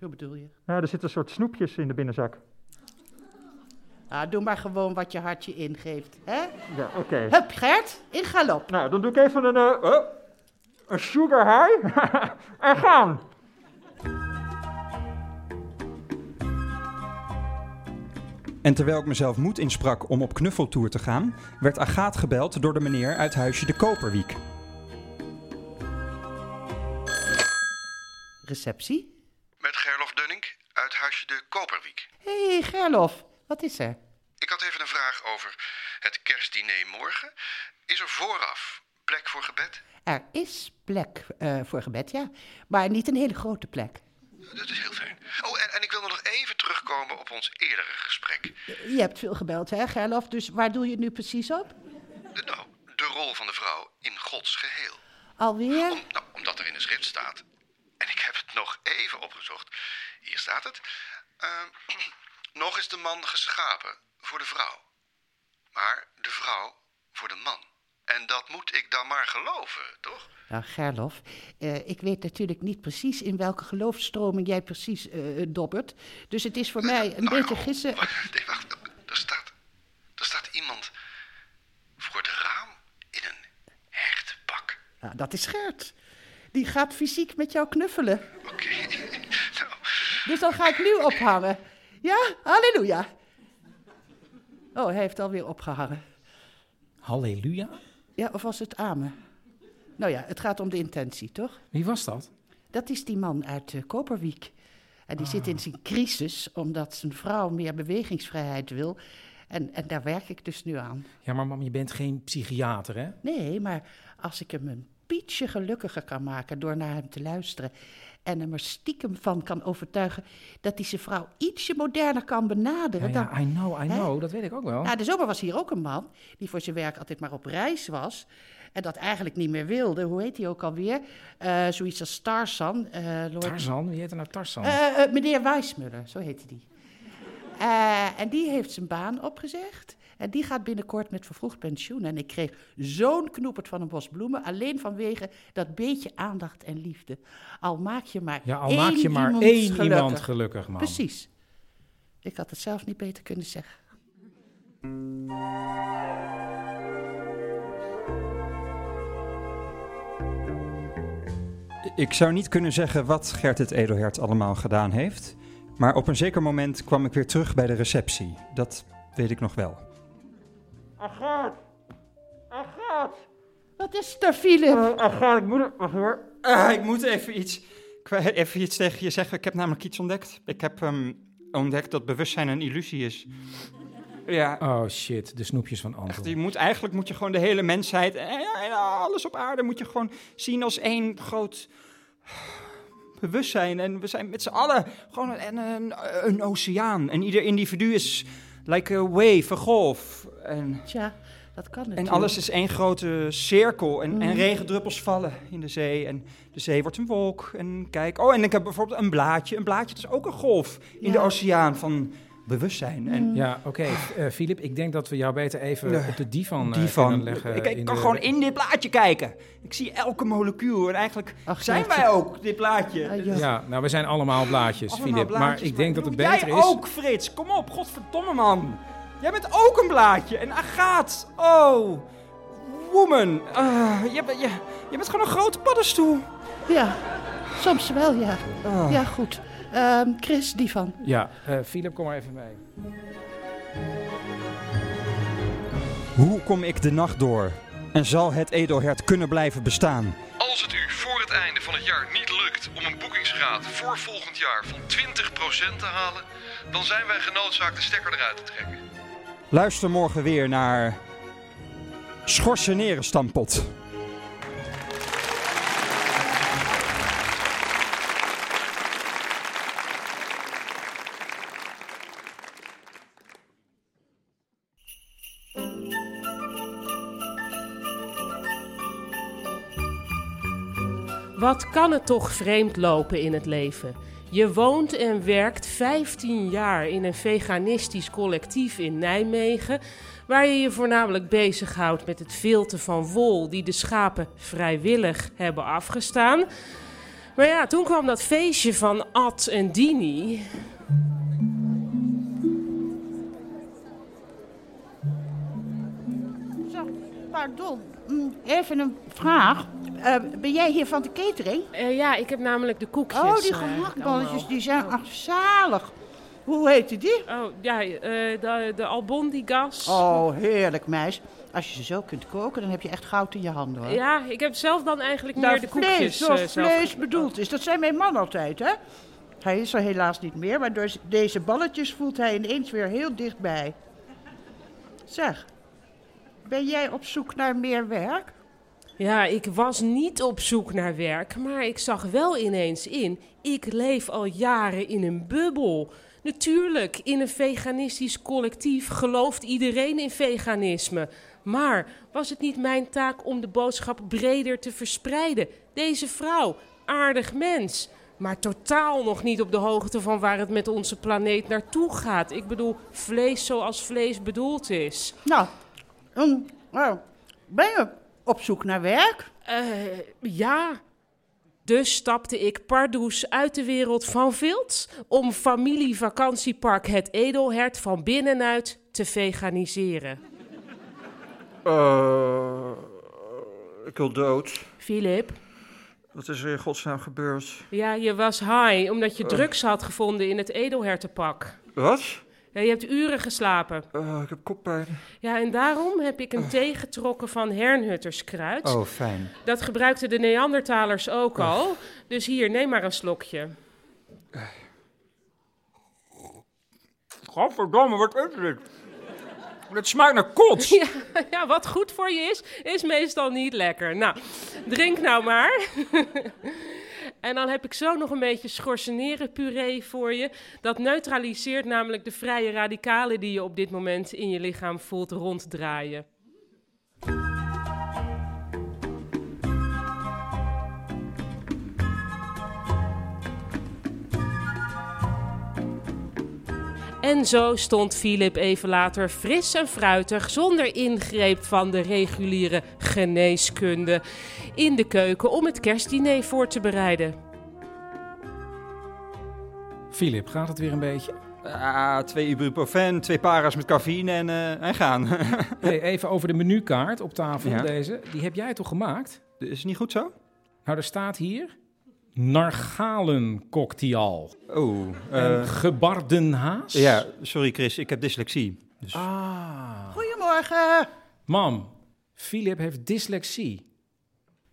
D: Hoe bedoel je?
F: Nou, er zitten een soort snoepjes in de binnenzak.
D: Ah, doe maar gewoon wat je hartje ingeeft. Hè?
F: Ja, oké.
D: Hup, Gert, in galop.
F: Nou, dan doe ik even een, eh, oh, een sugar high en gaan. En terwijl ik mezelf moed insprak om op knuffeltour te gaan, werd Agaat gebeld door de meneer uit huisje de Koperwiek.
D: Receptie?
E: Met Gerlof Dunning uit Huisje de Koperwiek.
D: Hé, hey, Gerlof, wat is er?
E: Ik had even een vraag over het kerstdiner morgen. Is er vooraf plek voor gebed?
D: Er is plek eh, voor gebed, ja. Maar niet een hele grote plek.
E: Dat is heel fijn. Oh, en, en ik wil nog even terugkomen op ons eerdere gesprek.
D: Je hebt veel gebeld, hè, Gerlof? Dus waar doe je het nu precies op?
E: De, nou, de rol van de vrouw in Gods geheel.
D: Alweer?
E: Nou, omdat er in de schrift staat. En ik heb het nog even opgezocht. Hier staat het. Ehm, nog is de man geschapen voor de vrouw. Maar de vrouw voor de man. En dat moet ik dan maar geloven, toch?
D: Nou, Gerlof, eh, ik weet natuurlijk niet precies in welke geloofstroming jij precies eh, dobbert. Dus het is voor mij een beetje gissen.
E: Nee, wacht. Er staat, er staat iemand voor het raam in een hertenpak.
D: Nou, dat is Gert. Die gaat fysiek met jou knuffelen.
E: Oké. Nou.
D: Dus dan ga ik nu ophangen. Ja, halleluja. Oh, hij heeft alweer opgehangen.
A: Halleluja.
D: Ja, of was het amen? Nou ja, het gaat om de intentie, toch?
A: Wie was dat?
D: Dat is die man uit eh, Koperwiek. En die zit in zijn crisis omdat zijn vrouw meer bewegingsvrijheid wil. En, en daar werk ik dus nu aan.
A: Ja, maar mam, je bent geen psychiater, hè?
D: Nee, maar als ik hem een pietje gelukkiger kan maken door naar hem te luisteren. En hem er stiekem van kan overtuigen dat hij zijn vrouw ietsje moderner kan benaderen.
A: Ja, ja,
D: dan,
A: I know, I
D: Hè?
A: know. Dat weet ik ook wel.
D: Nou, de zomer was hier ook een man die voor zijn werk altijd maar op reis was. En dat eigenlijk niet meer wilde. Hoe heet hij ook alweer? Eh, zoiets als Tarzan. eh, Lord-
A: Tarzan? Wie heet er nou Tarzan?
D: Eh, eh, meneer Weismuller, zo heette die. Eh, en die heeft zijn baan opgezegd. En die gaat binnenkort met vervroegd pensioen. En ik kreeg zo'n knoepert van een bos bloemen. Alleen vanwege dat beetje aandacht en liefde. Al maak je maar
A: ja, al
D: één
A: maak je maar
D: iemand
A: één
D: gelukkig.
A: iemand gelukkig, mam.
D: Precies. Ik had het zelf niet beter kunnen zeggen.
F: Ik zou niet kunnen zeggen wat Gert het Edelhert allemaal gedaan heeft. Maar op een zeker moment kwam ik weer terug bij de receptie. Dat weet ik nog wel.
I: Agathe! Agathe!
D: Wat is er, Philip?
F: Agathe, ik moet... Wacht hoor. Ah, ik moet even iets... ik wou Even iets tegen je zeggen. Ik heb namelijk iets ontdekt. Ik heb ehm, ontdekt dat bewustzijn een illusie is. Ja.
A: Oh shit, de snoepjes van Anton.
F: Echt, je moet, eigenlijk moet je gewoon de hele mensheid en, en alles op aarde moet je gewoon zien als één groot bewustzijn. En we zijn met z'n allen gewoon een, een, een oceaan. En ieder individu is like a wave, een golf. En,
D: Tja, dat kan
F: en
D: natuurlijk.
F: alles is één grote cirkel. En, en
D: Mm.
F: regendruppels vallen in de zee. En de zee wordt een wolk. En kijk, oh, en ik heb bijvoorbeeld een blaadje. Een blaadje, dat is ook een golf in de oceaan van bewustzijn. En,
A: Ja, oké. eh, Filip, ik denk dat we jou beter even
F: Ja.
A: op de divan, eh,
F: Divan.
A: kunnen leggen.
F: Ik, ik
A: in
F: kan
A: de-
F: gewoon in dit plaatje kijken. Ik zie elke molecuul en eigenlijk zijn
A: Gertje.
F: wij ook dit
D: eh,
F: plaatje. Dus-
A: Ja, nou, we zijn allemaal blaadjes,
F: Allemaal
A: Filip. Maar
F: blaadjes,
A: ik denk dat het
F: Jij
A: beter is...
F: ook, Frits. Kom op, godverdomme man. Jij bent ook een blaadje. En Agaat. Oh, woman. Ah, je, bent- je, je bent gewoon een grote paddenstoel.
D: Ja, soms wel, ja. Ja, goed. Ehm, Chris, die van.
A: Ja, eh, Filip, kom maar even mee.
F: Hoe kom ik de nacht door? En zal het edelhert kunnen blijven bestaan?
E: Als het u voor het einde van het jaar niet lukt om een boekingsgraad voor volgend jaar van 20% te halen, dan zijn wij genoodzaakt de stekker eruit te trekken.
F: Luister morgen weer naar... Schorseneren stampot.
H: Wat kan het toch vreemd lopen in het leven? Je woont en werkt 15 jaar in een veganistisch collectief in Nijmegen, waar je je voornamelijk bezighoudt met het filten van wol die de schapen vrijwillig hebben afgestaan. Maar ja, toen kwam dat feestje van Ad en Dini.
D: Zo, pardon. Mm, Even een vraag. Eh, ben jij hier van de catering?
H: Eh, ja, ik heb namelijk de koekjes. eh,
D: Oh, die gehaktballetjes, die zijn ach, zalig. Hoe heette die?
H: Oh, ja, eh, de, de albondigas.
D: Oh, heerlijk, meis. Als je ze zo kunt koken, dan heb je echt goud in je handen, hoor.
H: Ja, ik heb zelf dan eigenlijk
D: Nou,
H: meer de koekjes
D: vlees,
H: eh,
D: zoals
H: zelf
D: vlees bedoeld is. Dat zei mijn man altijd, hè? Hij is er helaas niet meer, maar door deze balletjes voelt hij ineens weer heel dichtbij. Zeg, ben jij op zoek naar meer werk?
H: Ja, ik was niet op zoek naar werk, maar ik zag wel ineens in. Ik leef al jaren in een bubbel. Natuurlijk, in een veganistisch collectief gelooft iedereen in veganisme. Maar was het niet mijn taak om de boodschap breder te verspreiden? Deze vrouw, aardig mens. Maar totaal nog niet op de hoogte van waar het met onze planeet naartoe gaat. Ik bedoel, vlees zoals vlees bedoeld is.
D: Nou, mm, nou, ben je op zoek naar werk?
H: Eh, ja. Dus stapte ik pardoes uit de wereld van Vilt om familievakantiepark Het Edelhert van binnenuit te veganiseren.
F: Eh, ik wil dood.
H: Filip,
F: Wat is er in godsnaam gebeurd?
H: ja, je was high omdat je
F: Eh.
H: drugs had gevonden in het Edelhertenpak.
F: Wat?
H: Ja, je hebt uren geslapen.
F: Eh, ik heb koppijn.
H: Ja, en daarom heb ik een thee getrokken van Hernhutterskruid.
F: Oh, fijn. Oh.
H: Dat gebruikten de Neandertalers ook
F: Ugh.
H: al. Dus hier, neem maar een slokje.
F: Godverdomme, wat is dit? Het smaakt naar kots.
H: Ja, ja, wat goed voor je is, is meestal niet lekker. Nou, drink nou maar. en dan heb ik zo nog een beetje schorseneren puree voor je. Dat neutraliseert namelijk de vrije radicalen die je op dit moment in je lichaam voelt ronddraaien. En zo stond Filip even later fris en fruitig, zonder ingreep van de reguliere geneeskunde, in de keuken om het kerstdiner voor te bereiden.
A: Filip, gaat het weer een beetje?
F: Ah, twee ibuprofen, twee para's met cafeïne en, eh, en gaan.
A: Hey, even over de menukaart op tafel,
F: Ja.
A: deze. Die heb jij toch gemaakt?
F: Is het niet goed zo?
A: Nou, er staat hier nargalencocktail.
F: Oh,
A: Een
F: eh,
A: gebarden haas?
F: Ja, sorry Chris, ik heb dyslexie. Dus
A: Ah.
D: Goedemorgen.
A: Mam, Philip heeft dyslexie.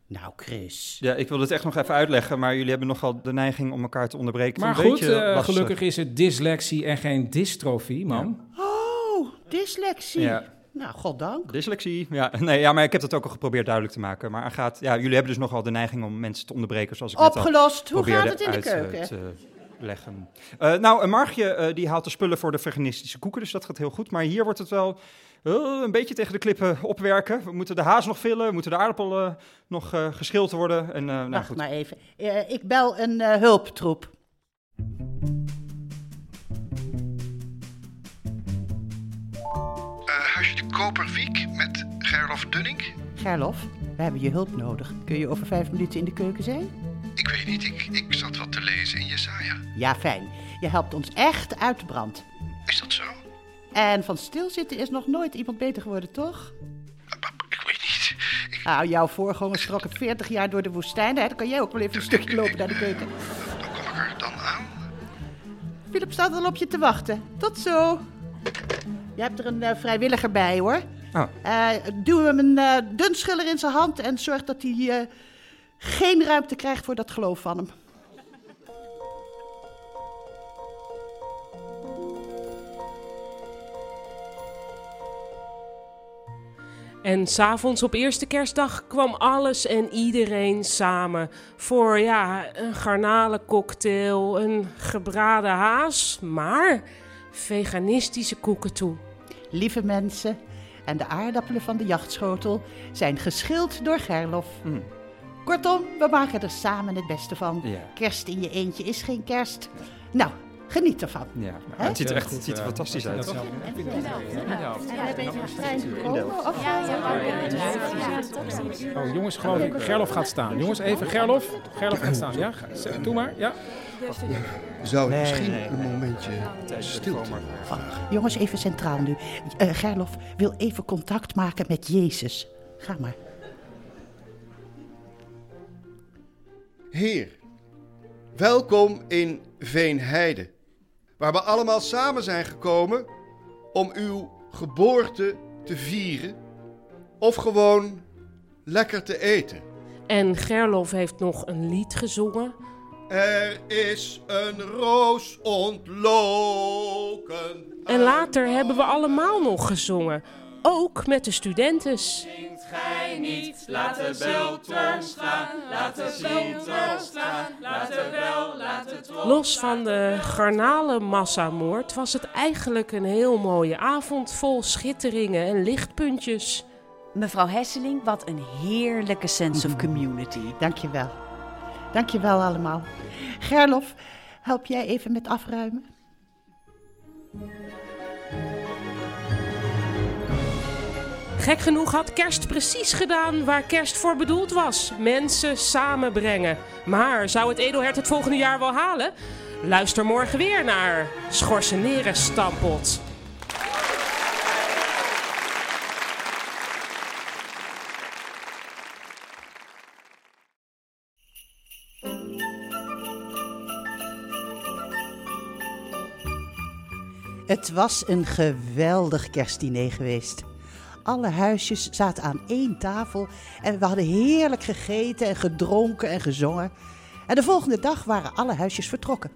D: Nou, Chris.
F: Ja, ik wil het echt nog even uitleggen, maar jullie hebben nogal de neiging om elkaar te onderbreken.
A: Maar
F: Het is een
A: goed,
F: beetje
A: eh,
F: lastig.
A: gelukkig is het dyslexie en geen dystrofie, mam.
D: Oh, dyslexie.
F: Ja.
D: Nou, goddank.
F: Dyslexie, ja. Nee, ja, maar ik heb dat ook al geprobeerd duidelijk te maken. Maar gaat, ja, jullie hebben dus nogal de neiging om mensen te onderbreken, zoals ik net al
D: Opgelost. Hoe
F: probeerde
D: gaat het in de
F: uit, eh,
D: keuken?
F: te leggen. Eh, nou, een Margje eh, die haalt de spullen voor de veganistische koeken, dus dat gaat heel goed. Maar hier wordt het wel eh, een beetje tegen de klippen opwerken. We moeten de haas nog villen, moeten de aardappelen nog eh, geschild worden. En, eh, nou,
D: Wacht
F: goed.
D: maar even. Eh, ik bel een eh, hulptroep.
E: Eh, Huisje de Koperwiek met Gerlof Dunning?
D: Gerlof, we hebben je hulp nodig. Kun je over vijf minuten in de keuken zijn?
E: Ik weet niet, ik, ik zat wat te lezen in Jesaja.
D: Ja, fijn. Je helpt ons echt uit de brand.
E: Is dat zo? Ah,
D: En van stilzitten is nog nooit iemand beter geworden, toch? Ik weet niet. Nou, jouw voorgangers schrokken 40 jaar door de woestijn. hè? Dan kan jij ook wel even een stukje lopen naar de keuken.
E: Kom ik er Eh, dan aan?
D: Philip staat al op je te wachten. Tot zo. Je hebt er een eh, vrijwilliger bij, hoor.
F: Oh.
D: Eh, duw hem een eh dun schiller in zijn hand en zorg dat hij eh, geen ruimte krijgt voor dat geloof van hem.
H: En s'avonds op eerste kerstdag kwam alles en iedereen samen voor ja, een garnalencocktail, een gebraden haas, maar veganistische koeken toe.
D: Lieve mensen, en de aardappelen van de jachtschotel zijn geschild door Gerlof. Kortom, we maken er samen het beste van.
F: Hm. Ja.
D: Kerst in je eentje is geen kerst. Nou, geniet ervan.
F: Ja, maar het ziet er echt het ziet er fantastisch uit.
A: Oh, jongens, gewoon, Gerlof gaat staan. Jongens, even Gerlof. Gerlof gaat staan, ja? Ga- zet- Doe maar, ja?
J: Zou je
D: Nee,
J: misschien
D: nee,
J: een momentje stilte
D: Jongens, even centraal nu. Eh, Gerlof wil even contact maken met Jezus. Ga maar.
J: Heer, welkom in Veenheide, waar we allemaal samen zijn gekomen om uw geboorte te vieren of gewoon lekker te eten.
H: En Gerlof heeft nog een lied gezongen.
J: Er is een roos ontloken.
H: En later hebben we allemaal nog gezongen, ook met de studentes.
I: Gij niet, laat de bel toon slaan, laat de bel toon slaan, laat de bel, laat de toon
H: Los van de garnalenmassamoord was het eigenlijk een heel mooie avond vol schitteringen en lichtpuntjes.
K: Mevrouw Hesseling, wat een heerlijke sense of community.
D: Dankjewel. Dankjewel allemaal. Gerlof, help jij even met afruimen?
H: Gek genoeg had kerst precies gedaan waar kerst voor bedoeld was: mensen samenbrengen. Maar zou het Edelhert het volgende jaar wel halen? Luister morgen weer naar Schorseneren Stampot.
D: Het was een geweldig kerstdiner geweest. Alle huisjes zaten aan één tafel en we hadden heerlijk gegeten en gedronken en gezongen. En de volgende dag waren alle huisjes vertrokken.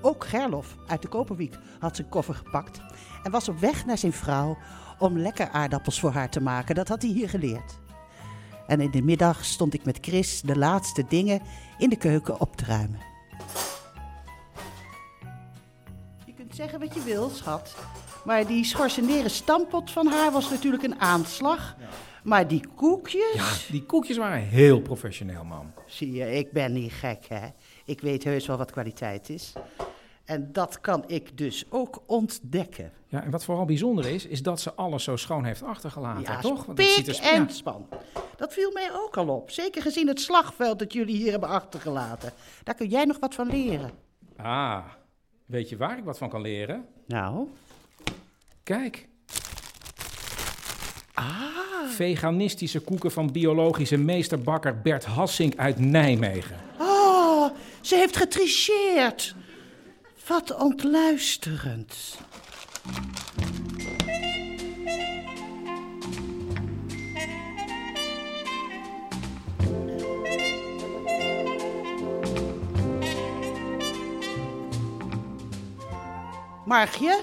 D: Ook Gerlof uit de Koperwiek had zijn koffer gepakt en was op weg naar zijn vrouw om lekker aardappels voor haar te maken. Dat had hij hier geleerd. En in de middag stond ik met Chris de laatste dingen in de keuken op te ruimen. Je kunt zeggen wat je wil, schat. Maar die schorseneren stampot van haar was natuurlijk een aanslag. Maar die koekjes...
A: die koekjes waren heel professioneel, mam.
D: Zie je, ik ben niet gek, hè. Ik weet heus wel wat kwaliteit is. En dat kan ik dus ook ontdekken.
A: Ja, en wat vooral bijzonder is, is dat ze alles zo schoon heeft achtergelaten,
D: Ja,
A: toch?
D: pik en
A: dus- ja.
D: span. Dat viel mij ook al op. Zeker gezien het slagveld dat jullie hier hebben achtergelaten. Daar kun jij nog wat van leren.
A: Ah, weet je waar ik wat van kan leren?
D: Nou?
A: Kijk. Ah. Veganistische koeken van biologische meesterbakker Bert Hassink uit Nijmegen.
D: Oh, Ze heeft getricheerd. Wat ontluisterend. Margje?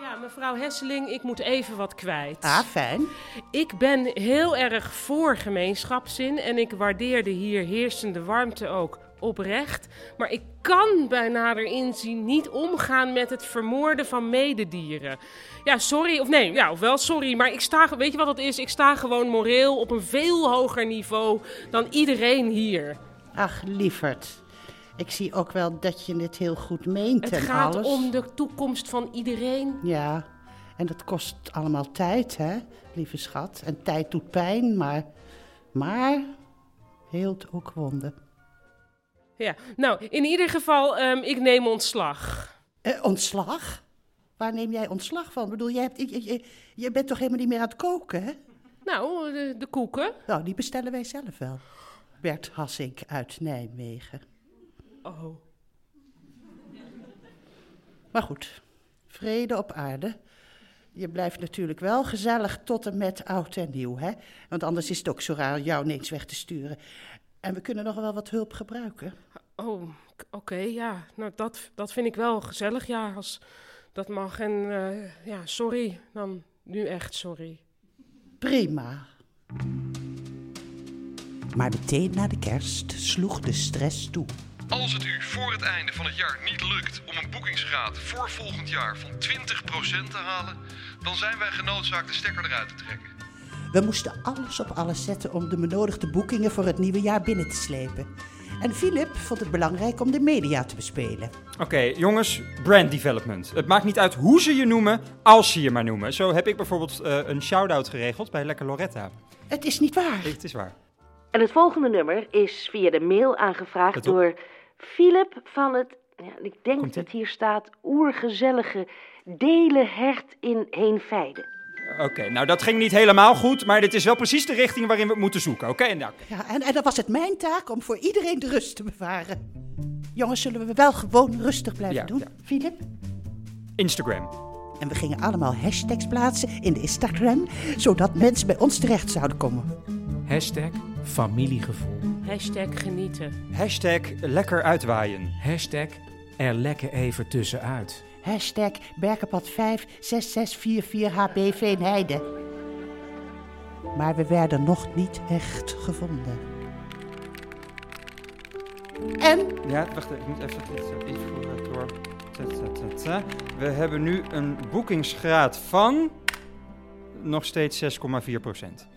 H: Ja, mevrouw Hesseling, ik moet even wat kwijt.
D: Ah, fijn.
H: Ik ben heel erg voor gemeenschapszin en ik waardeer de hier heersende warmte ook oprecht. Maar ik kan bij nader inzien niet omgaan met het vermoorden van mededieren. Ja, sorry, of nee, ja, of wel sorry, maar ik sta, weet je wat dat is? Ik sta gewoon moreel op een veel hoger niveau dan iedereen hier.
D: Ach, lieverd. Ik zie ook wel dat je dit heel goed meent
H: Het
D: en
H: gaat
D: alles.
H: om de toekomst van iedereen.
D: Ja, en dat kost allemaal tijd, hè, lieve schat. En tijd doet pijn, maar... Maar... Heelt ook wonden.
H: Ja, nou, in ieder geval, ehm, ik neem ontslag.
D: Eh, ontslag? Waar neem jij ontslag van? Ik bedoel, jij hebt, je, je, je bent toch helemaal niet meer aan het koken, hè?
H: Nou, de, de koeken.
D: Nou, die bestellen wij zelf wel. Bert Hassink uit Nijmegen.
H: Oh.
D: Maar goed, vrede op aarde. Je blijft natuurlijk wel gezellig tot en met oud en nieuw, hè? Want anders is het ook zo raar jou ineens weg te sturen. En we kunnen nog wel wat hulp gebruiken.
H: Oh, k- oké, ja. Nou, dat, dat vind ik wel gezellig, ja, als dat mag. En eh, ja, sorry, dan nu echt sorry.
D: Prima. Maar meteen na de kerst sloeg de stress toe.
E: Als het u voor het einde van het jaar niet lukt om een boekingsgraad voor volgend jaar van 20% te halen, dan zijn wij genoodzaakt de stekker eruit te trekken.
D: We moesten alles op alles zetten om de benodigde boekingen voor het nieuwe jaar binnen te slepen. En Philip vond het belangrijk om de media te bespelen.
F: Oké, jongens, brand development. Het maakt niet uit hoe ze je noemen, als ze je maar noemen. Zo heb ik bijvoorbeeld eh, een shout-out geregeld bij Lekker Loretta.
D: Het is niet waar.
F: Het is waar.
B: En het volgende nummer is via de mail aangevraagd
F: Let op.
B: door Philip van het, ja, ik denk
F: Komt-ie.
B: dat hier staat, oergezellige Delenhert in Heenvijden.
F: Oké, nou dat ging niet helemaal goed, maar dit is wel precies de richting waarin we het moeten zoeken. Oké, nou,
D: Ja, en, en dan was het mijn taak om voor iedereen de rust te bewaren. Jongens, zullen we wel gewoon rustig blijven
F: Ja,
D: doen,
F: ja.
D: Philip?
F: Instagram.
D: En we gingen allemaal hashtags plaatsen in de Instagram, zodat mensen bij ons terecht zouden komen.
A: Hashtag familiegevoel.
H: Hashtag genieten.
F: Hashtag lekker uitwaaien.
A: Hashtag er lekker even tussenuit.
D: Hashtag Berkenpad 5 6644 HB Veenheide. Maar we werden nog niet echt gevonden. En?
F: Ja, wacht even, ik moet even eh, dit zo invoeren door. Ta, ta, ta, ta. We hebben nu een boekingsgraad van nog steeds 6,4 procent.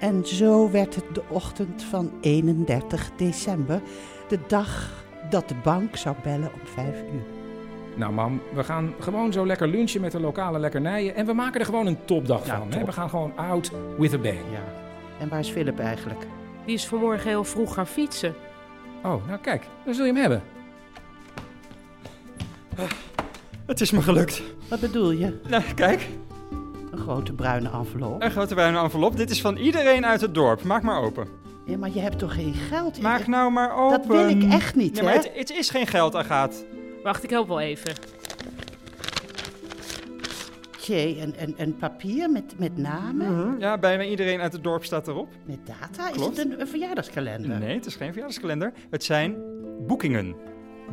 D: En zo werd het de ochtend van 31 december, de dag dat de bank zou bellen om 5 uur.
A: Nou mam, we gaan gewoon zo lekker lunchen met de lokale lekkernijen. En we maken er gewoon een topdag van. Hè?
D: top.
A: We gaan gewoon out with a bang.
D: En waar is Philip eigenlijk?
H: Die is vanmorgen heel vroeg gaan fietsen.
A: Oh, nou kijk, dan zul je hem hebben.
F: Het is me gelukt.
D: Wat bedoel je?
F: Nou, kijk.
D: Een grote bruine envelop.
F: Een grote bruine envelop. Dit is van iedereen uit het dorp. Maak maar open.
D: Ja, maar je hebt toch geen geld?
F: Maak nou maar open.
D: Dat wil ik echt niet,
F: Nee, maar
D: hè?
F: het, het is geen geld, Agaat.
H: Wacht, ik help wel even.
D: Jee, en, en, en papier met, met namen?
F: Ja, bijna iedereen uit het dorp staat erop.
D: Met data?
F: Klopt.
D: Is het een, een verjaardagskalender?
F: Nee, het is geen verjaardagskalender. Het zijn boekingen.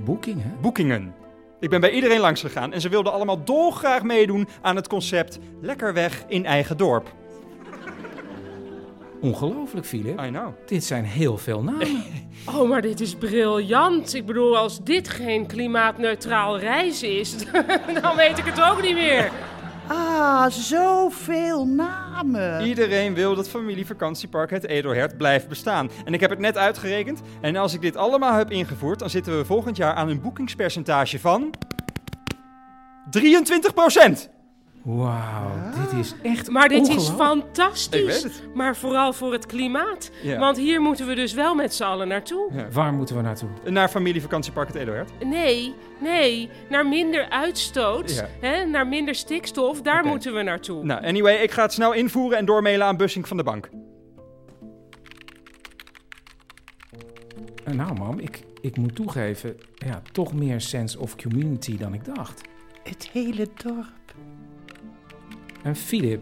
A: Boekingen?
F: Boekingen. Ik ben bij iedereen langs gegaan en ze wilden allemaal dolgraag meedoen aan het concept Lekker weg in eigen dorp.
A: Ongelooflijk, Philip.
F: I know.
A: Dit zijn heel veel namen.
H: Oh, maar dit is briljant. Ik bedoel, als dit geen klimaatneutraal reizen is, dan weet ik het ook niet meer.
D: Ah, zoveel namen.
F: Iedereen wil dat familievakantiepark het Edelhert blijft bestaan. En ik heb het net uitgerekend. En als ik dit allemaal heb ingevoerd, dan zitten we volgend jaar aan een boekingspercentage van 23
A: Wauw, dit is echt
H: Maar dit is
A: ongelooflijk.
H: fantastisch.
A: Ik weet het.
H: Maar vooral voor het klimaat.
A: Ja.
H: Want hier moeten we dus wel met z'n allen naartoe.
A: Waar moeten we naartoe?
F: Naar familievakantiepark het Edelhert.
H: Nee, nee, naar minder uitstoot,
F: Ja.
H: hè, naar minder stikstof, daar moeten we naartoe.
F: Nou, anyway, ik ga het snel invoeren en doormailen aan Bussink van de bank.
A: Eh, Nou, mam, ik, ik moet toegeven, ja, toch meer sense of community dan ik dacht.
D: Het hele dorp.
A: En Filip,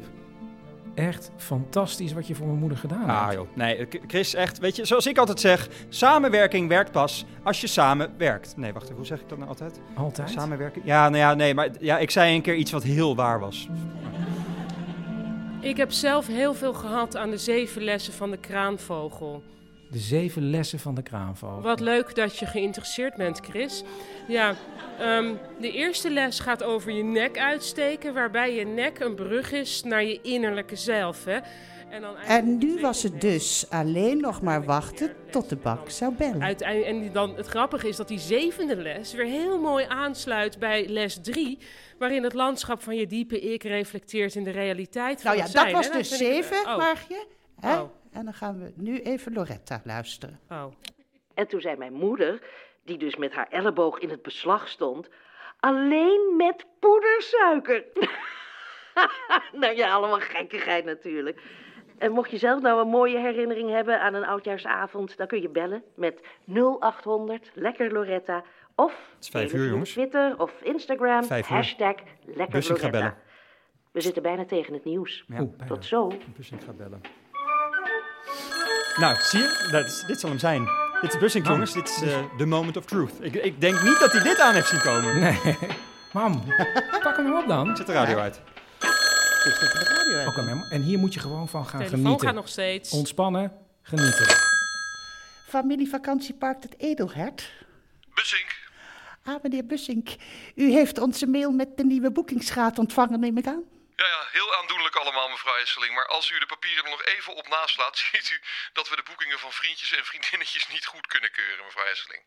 A: echt fantastisch wat je voor mijn moeder gedaan hebt.
F: Ah joh, nee, eh, Chris, echt, weet je, zoals ik altijd zeg, samenwerking werkt pas als je samen werkt. Nee, wacht even, hoe zeg ik dat nou altijd?
A: Altijd?
F: Samenwerking? Ja, nou ja, nee, maar ja, ik zei een keer iets wat heel waar was.
H: Ik heb zelf heel veel gehad aan de zeven lessen van de kraanvogel.
A: De zeven lessen van de kraanval.
H: Wat leuk dat je geïnteresseerd bent, Chris. Ja, ehm, de eerste les gaat over je nek uitsteken, waarbij je nek een brug is naar je innerlijke zelf. Hè? En dan
D: En nu was het dus alleen nog maar wachten tot de bank zou bellen.
H: Uiteindelijk, en die dan, het grappige is dat die zevende les weer heel mooi aansluit bij les drie, waarin het landschap van je diepe ik reflecteert in de realiteit van
D: Nou ja,
H: het
D: dat
H: zijn,
D: was
H: hè.
D: dus
H: vind ik-
D: zeven,
H: oh.
D: Margje. Hè?
H: Oh.
D: En dan gaan we nu even Loretta luisteren.
F: Nou,
B: En toen zei mijn moeder, die dus met haar elleboog in het beslag stond, alleen met poedersuiker. nou ja, allemaal gekkigheid natuurlijk. En mocht je zelf nou een mooie herinnering hebben aan een oudjaarsavond, dan kun je bellen met 0800 Lekker Loretta of het
F: is vijf uur, jongens.
B: Twitter of Instagram
F: Vijf uur.
B: hashtag Lekker
F: Dus ik
B: Loretta.
F: ga bellen.
B: We zitten bijna tegen het nieuws.
F: Ja,
A: Oh,
F: Oeh, bijna.
B: Tot zo.
F: Dus ik ga bellen. Nou, zie je? Dat is- dit zal hem zijn. Dit is Bussink,
A: Oh.
F: jongens. Dit is eh the moment of truth. Ik, ik denk niet dat hij dit aan heeft zien komen.
A: Nee. Mam, pak hem op dan.
F: Zet de radio uit.
A: Oké, mam. En hier moet je gewoon van gaan
H: Telefoon
A: genieten.
H: gaat nog steeds.
A: Ontspannen, genieten.
D: Familievakantiepark Het Edelhert.
E: Bussink,
D: Ah, meneer Bussink, u heeft onze mail met de nieuwe boekingsgraad ontvangen, neem ik aan.
E: Ja, ja, heel aandoenlijk allemaal, mevrouw Hesseling. Maar als u de papieren er nog even op naslaat, ziet u dat we de boekingen van vriendjes en vriendinnetjes niet goed kunnen keuren, mevrouw Hesseling.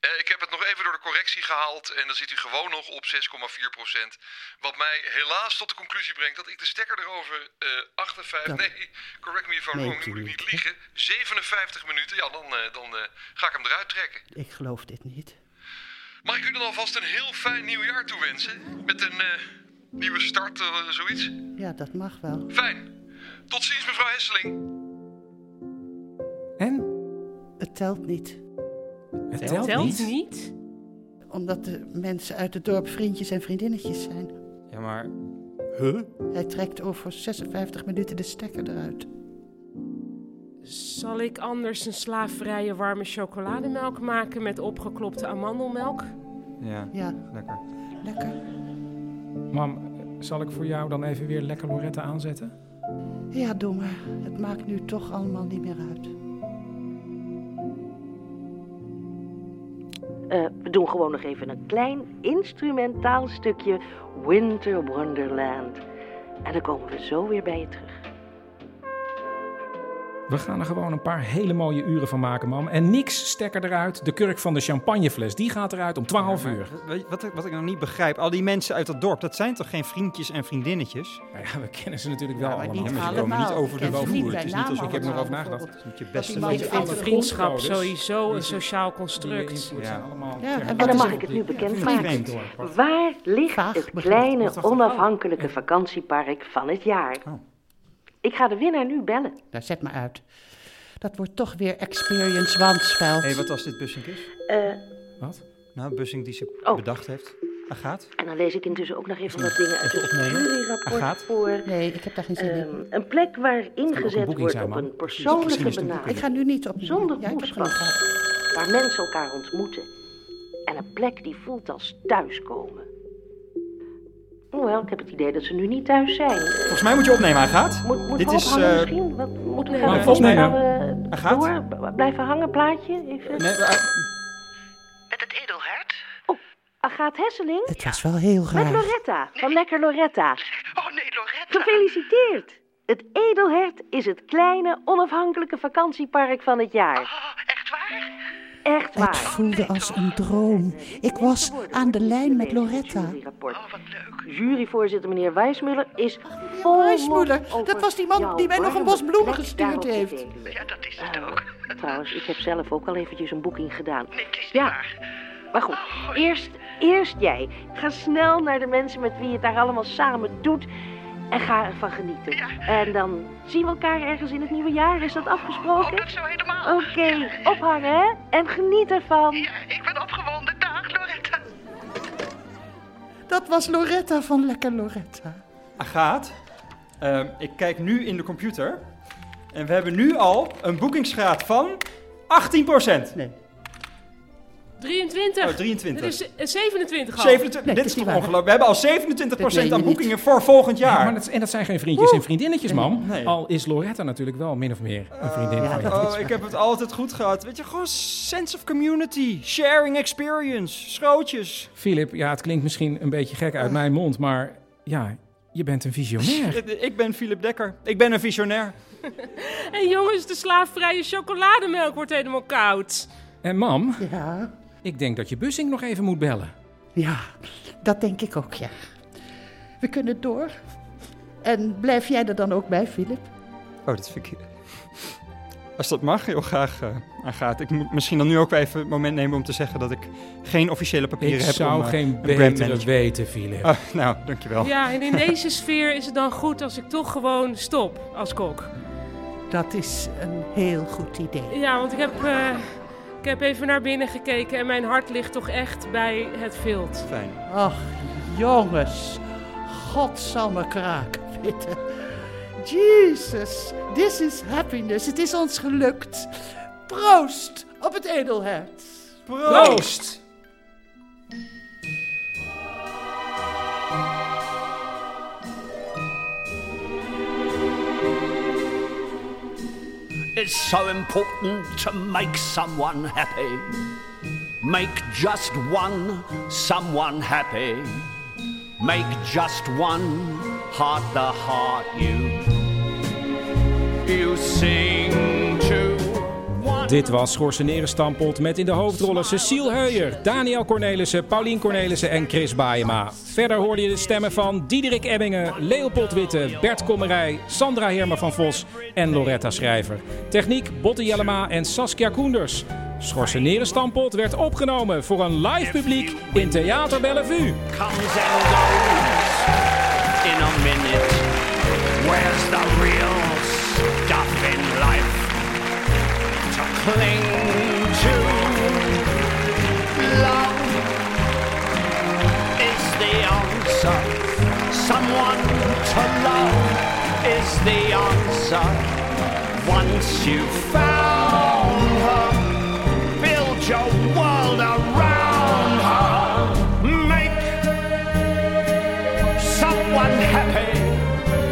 E: Eh, ik heb het nog even door de correctie gehaald en dan zit u gewoon nog op 6,4%. Wat mij helaas tot de conclusie brengt dat ik de stekker erover eh 58,
C: Dat-
E: nee, correct me if
D: Nee,
E: I'm wrong, nu moet ik
D: natuurlijk,
E: niet liegen, 57 minuten, ja, dan, eh, dan eh, ga ik hem eruit trekken.
D: Ik geloof dit niet.
E: Mag ik u dan alvast een heel fijn nieuwjaar toewensen? Met een eh, nieuwe start, eh, zoiets?
D: Ja, dat mag wel.
E: Fijn. Tot ziens, mevrouw Hesseling.
A: En?
D: Het telt niet.
A: Het
H: telt Telt niet? niet?
D: Omdat de mensen uit het dorp vriendjes en vriendinnetjes zijn.
F: Ja, maar... Huh?
D: Hij trekt over 56 minuten de stekker eruit.
H: Zal ik anders een slaafvrije warme chocolademelk maken met opgeklopte amandelmelk?
F: Ja.
D: Ja.
F: Lekker.
D: Lekker.
A: Mam, zal ik voor jou dan even weer lekker Loretta aanzetten?
D: Ja, doe maar. Het maakt nu toch allemaal niet meer uit.
B: Eh, we doen gewoon nog even een klein instrumentaal stukje Winter Wonderland. En dan komen we zo weer bij je terug.
A: We gaan er gewoon een paar hele mooie uren van maken, mam. En niks stekker eruit. De kurk van de champagnefles, die gaat eruit om 12 uur.
F: Weet je Wat, ik- wat ik nog niet begrijp, al die mensen uit dat dorp, dat zijn toch geen vriendjes en vriendinnetjes?
A: Nou Ja, we kennen ze natuurlijk wel
F: maar
A: allemaal.
F: Niet ja, maar ze komen niet over de vloer. Het is niet alsof
A: Ik heb er nog over nagedacht.
F: Het is niet je
A: Dat
F: beste
A: die man-
F: vriendje.
H: Ik vind
A: alle
H: vriendschap
A: grondcodes
H: sowieso
A: die
H: een
A: ze-
H: sociaal construct.
A: Ja. allemaal
B: Ja, en dan mag ik het nu bekend maken. Waar ligt het kleine onafhankelijke
D: Oh.
B: vakantiepark van het jaar? Ik ga de winnaar nu bellen.
D: Nou, zet maar uit. Dat wordt toch weer Experience Wansveld.
F: Hé, hey, wat als dit Bussink is?
B: Eh,
A: Wat?
F: Nou, Bussink die ze bedacht heeft. Agaat?
B: en dan lees ik intussen ook nog even wat dingen uit
F: Even
B: het
F: opnemen.
B: juryrapport
F: Agaat?
B: voor. Ehm,
D: Nee, ik heb daar geen zin in.
B: Een plek waar ingezet
D: boeking
B: wordt
D: zijn,
B: op
D: man.
B: een
D: Misschien
B: persoonlijke
D: is het een
B: benadering.
D: boeking. Ik ga nu niet op
B: Ehm, Zonder
D: Ja, ik heb
B: poespas. Waar mensen elkaar ontmoeten. En een plek die voelt als thuiskomen. Hoewel, ik heb het idee dat ze nu niet thuis zijn.
F: Volgens mij moet je opnemen, Agaat.
B: Moet, moet
F: dit
B: we
F: is...
B: ophangen
F: eh,
B: misschien? Wat, moeten we
F: mag
B: gaan
F: ik opnemen?
B: we nou, eh,
F: Agaat?
B: door? B- Blijven hangen, plaatje? Even.
F: Nee, eh,
B: Agaat Oh, Hesseling?
D: Het was wel heel
B: Met
D: raar.
B: Loretta, van Lekker Loretta. Oh nee, Loretta. Gefeliciteerd. Het Edelhert is het kleine, onafhankelijke vakantiepark van het jaar. echt waar?
D: Het
B: Echt waar.
D: voelde als een droom. Ik was aan de lijn met Loretta.
B: Rapport. Juryvoorzitter meneer Wijsmuller is vol
D: Huismoeder,
B: lof over
D: dat was die man
B: jouw
D: die mij nog een
B: warme
D: bos bloemen
B: plek daar
D: gestuurd
B: op de
D: heeft.
B: Veluwe. Eh, Trouwens, ik heb zelf ook al eventjes een boeking gedaan. Nee, het is Oh, ja. Maar goed, eerst, eerst jij. Ga snel naar de mensen met wie je het daar allemaal samen doet. En ga ervan genieten. En dan zien we elkaar ergens in het nieuwe jaar. Is dat afgesproken? dat Oh, zo helemaal. Oké, ophangen hè? En geniet ervan.
D: Dat was Loretta van Lekker Loretta.
F: Agaat, ehm, ik kijk nu in de computer. En we hebben nu al een boekingsgraad van 18%. Nee.
H: 23.
F: Oh, 23.
H: Er is eh, 27 al.
F: 27, dit is toch ongelooflijk? We hebben al 27% aan boekingen voor volgend jaar.
A: Ja, maar dat, en dat zijn geen vriendjes en vriendinnetjes, man. Al is Loretta natuurlijk wel min of meer een vriendin van je.
F: Oh, ik heb het altijd goed gehad. Weet je, gewoon sense of community, sharing experience, schrootjes.
A: Filip, ja, het klinkt misschien een beetje gek uit mijn mond, maar ja, je bent een visionair.
F: Ik- Ik ben Philip Dekker. Ik ben een visionair.
H: En jongens, de slaafvrije chocolademelk wordt helemaal koud.
A: En mam, ik denk dat je Bussing nog even moet bellen.
D: Ja, dat denk ik ook, ja. We kunnen door. En blijf jij er dan ook bij, Philip?
F: Oh, dat vind ik... Als dat mag, heel graag eh aangaat. Ik moet misschien dan nu ook wel even het moment nemen om te zeggen dat ik geen officiële papieren
A: Ik
F: heb.
A: zou
F: om, eh,
A: geen
F: een brand
A: betere
F: manager-
A: weten, Philip.
F: Ah, nou,
E: Oh.
F: dankjewel.
H: Ja, en in deze sfeer is het dan goed als ik toch gewoon stop als kok.
D: Dat is een heel goed idee.
H: Ja, want ik heb, eh, ik heb even naar binnen gekeken en mijn hart ligt toch echt bij het vilt.
F: Fijn.
D: Ach, jongens. God zal me kraken, Witte. Jesus, this is happiness. Het is ons gelukt. Proost op het edelhert.
A: Proost.
L: It's so important to make someone happy. Make just one someone happy. Make just one heart the heart you you sing to.
A: Dit was Schorseneren Stamppot met in de hoofdrollen Cecile Heuyer, Daniel Cornelissen, Paulien Cornelissen en Chris Baayema. Verder hoorde je de stemmen van Diederik Ebbingen, Leopold Witte, Bert Kommerij, Sandra Herma van Vos en Loretta Schrijver. Techniek Botte Jellema en Saskia Koenders. Schorseneren Stamppot werd opgenomen voor een live publiek in Theater Bellevue.
L: comes and goes in a minute. Where's the real stuff in life to cling to? Love is the answer. Someone to love is the answer. Once you've found her, build your world around her. Make someone happy.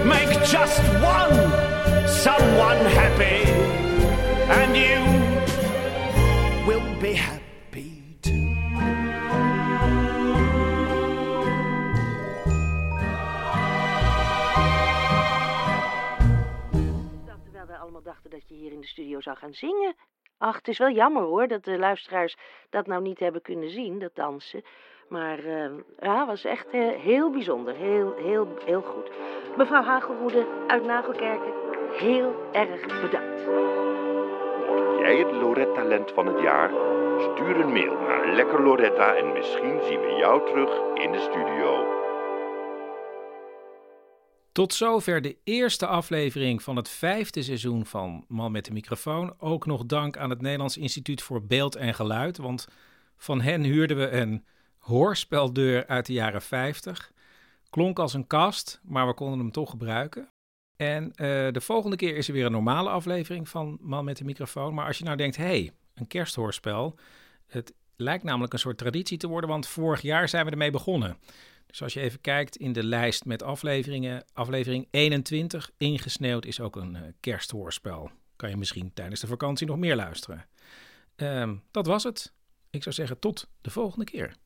L: Make just one someone happy, and you will be happy.
B: Terwijl we allemaal dachten dat je hier in de studio zou gaan zingen. Ach, het is wel jammer hoor dat de luisteraars dat nou niet hebben kunnen zien, dat dansen. Maar eh, ja, was echt eh, heel bijzonder. Heel, heel, heel goed. Mevrouw Hagelroede uit Nagelkerken, heel erg bedankt.
C: Jij het Loretta-talent van het jaar? Stuur een mail naar Lekker Loretta en misschien zien we jou terug in de studio.
A: Tot zover de eerste aflevering van het vijfde seizoen van Man met de microfoon. Ook nog dank aan het Nederlands Instituut voor Beeld en Geluid, want van hen huurden we een hoorspeldeur uit de jaren 50. Klonk als een kast, maar we konden hem toch gebruiken. En eh, de volgende keer is er weer een normale aflevering van Man met de microfoon. Maar als je nou denkt, hé, hey, een kersthoorspel. Het lijkt namelijk een soort traditie te worden, want vorig jaar zijn we ermee begonnen. Dus als je even kijkt in de lijst met afleveringen, aflevering 21, ingesneeuwd is ook een eh, kersthoorspel. Kan je misschien tijdens de vakantie nog meer luisteren. Ehm, dat was het. Ik zou zeggen tot de volgende keer.